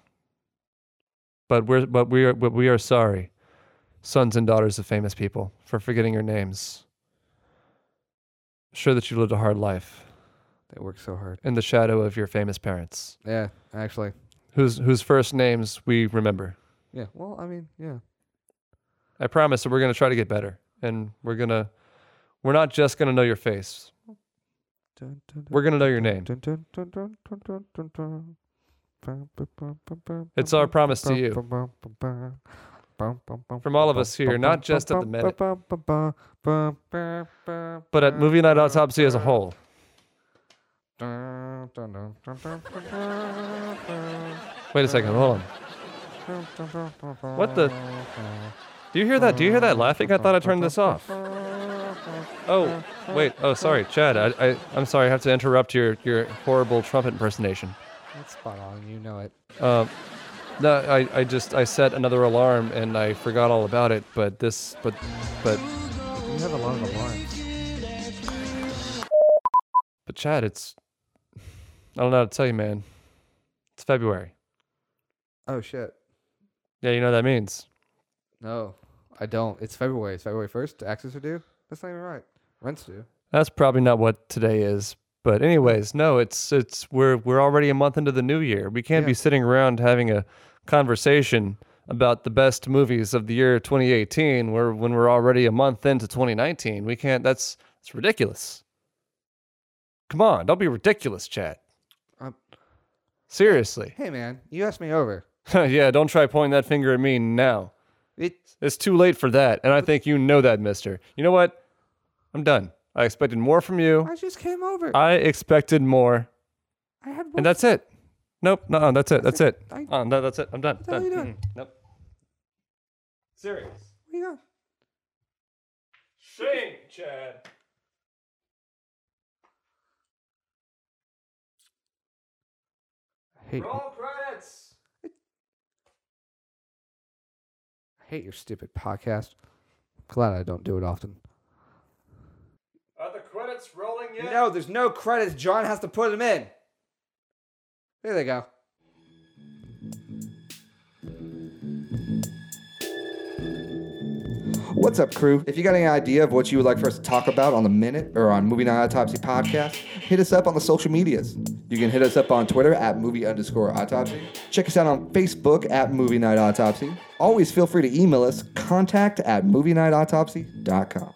[SPEAKER 1] But we're but we are but we are sorry, sons and daughters of famous people, for forgetting your names. Sure that you lived a hard life
[SPEAKER 2] They work so hard.
[SPEAKER 1] in the shadow of your famous parents,
[SPEAKER 2] Yeah, actually.
[SPEAKER 1] whose whose first names we remember.
[SPEAKER 2] Yeah. Well, I mean, yeah.
[SPEAKER 1] I promise that we're gonna try to get better, and we're gonna we're not just gonna know your face.
[SPEAKER 2] Dun, dun, dun,
[SPEAKER 1] We're gonna know your name.
[SPEAKER 2] dun, dun, dun, dun, dun, dun, dun, dun. Bum, bum, bum, bum, bum,
[SPEAKER 1] It's our
[SPEAKER 2] bum,
[SPEAKER 1] promise to
[SPEAKER 2] bum,
[SPEAKER 1] you.
[SPEAKER 2] bum, bum, bum, bum. Bum, bum, bum,
[SPEAKER 1] From all
[SPEAKER 2] bum,
[SPEAKER 1] of us
[SPEAKER 2] bum,
[SPEAKER 1] here,
[SPEAKER 2] bum,
[SPEAKER 1] not
[SPEAKER 2] bum,
[SPEAKER 1] just at the
[SPEAKER 2] bum,
[SPEAKER 1] minute.
[SPEAKER 2] bum, bum, bum, bum, bum, bum,
[SPEAKER 1] But at
[SPEAKER 2] bum,
[SPEAKER 1] Movie Night
[SPEAKER 2] bum,
[SPEAKER 1] Autopsy as a
[SPEAKER 2] bum.
[SPEAKER 1] whole,
[SPEAKER 2] Dun, dun, dun, dun, dun, dun, dun, dun.
[SPEAKER 1] wait a second, hold on.
[SPEAKER 2] What
[SPEAKER 1] What the- Do you hear that? Do you hear that laughing? I thought I turned this off. Oh, wait. Oh, sorry, Chad. I, I I'm sorry. I have to interrupt your your horrible trumpet impersonation.
[SPEAKER 2] That's spot on. You know it.
[SPEAKER 1] Um, no, I, I just I set another alarm and I forgot all about it. But this, but but
[SPEAKER 2] You have a lot of alarms.
[SPEAKER 1] But Chad, it's I don't know how to tell you, man. It's February.
[SPEAKER 2] Oh shit.
[SPEAKER 1] Yeah, you know what that means.
[SPEAKER 2] No, I don't. It's February. It's February first. Taxes are due. That's not even right. Rents due.
[SPEAKER 1] That's probably not what today is. But anyways, no, it's it's we're we're already a month into the new year. We can't be
[SPEAKER 2] Yeah.
[SPEAKER 1] sitting around having a conversation about the best movies of the year 2018 where when we're already a month into 2019. We can't that's it's ridiculous. Come on, don't be ridiculous, Chad.
[SPEAKER 2] Um,
[SPEAKER 1] Seriously.
[SPEAKER 2] hey man, you asked me over.
[SPEAKER 1] yeah, don't try pointing that finger at me now.
[SPEAKER 2] It.
[SPEAKER 1] It's too late for that, and I think you know that, mister. You know what? I'm done. I expected more from you.
[SPEAKER 2] I just came over.
[SPEAKER 1] I expected more,
[SPEAKER 2] I had. One
[SPEAKER 1] Uh, and that's it. Nope, no, that's it. That's it.
[SPEAKER 2] I-
[SPEAKER 1] Oh, no, that's it. I'm done.
[SPEAKER 2] the hell
[SPEAKER 1] Done.
[SPEAKER 2] you doing?
[SPEAKER 1] Mm, Nope. Serious.
[SPEAKER 2] we got.
[SPEAKER 1] Shame, Chad.
[SPEAKER 2] I hate. I
[SPEAKER 1] credits.
[SPEAKER 2] hate your stupid podcast. Glad I don't do it often.
[SPEAKER 1] Are the credits rolling
[SPEAKER 2] No, there's no credits. John has to put them in. There they go. What's up, crew? If you got any idea of what you would like for us to talk about on the Minute or on Movie Night Autopsy podcast, hit us up on the social medias. You can hit us up on Twitter at movie underscore autopsy. Check us out on Facebook at Movie Night Autopsy. Always feel free to email us contact at movienightautopsy.com.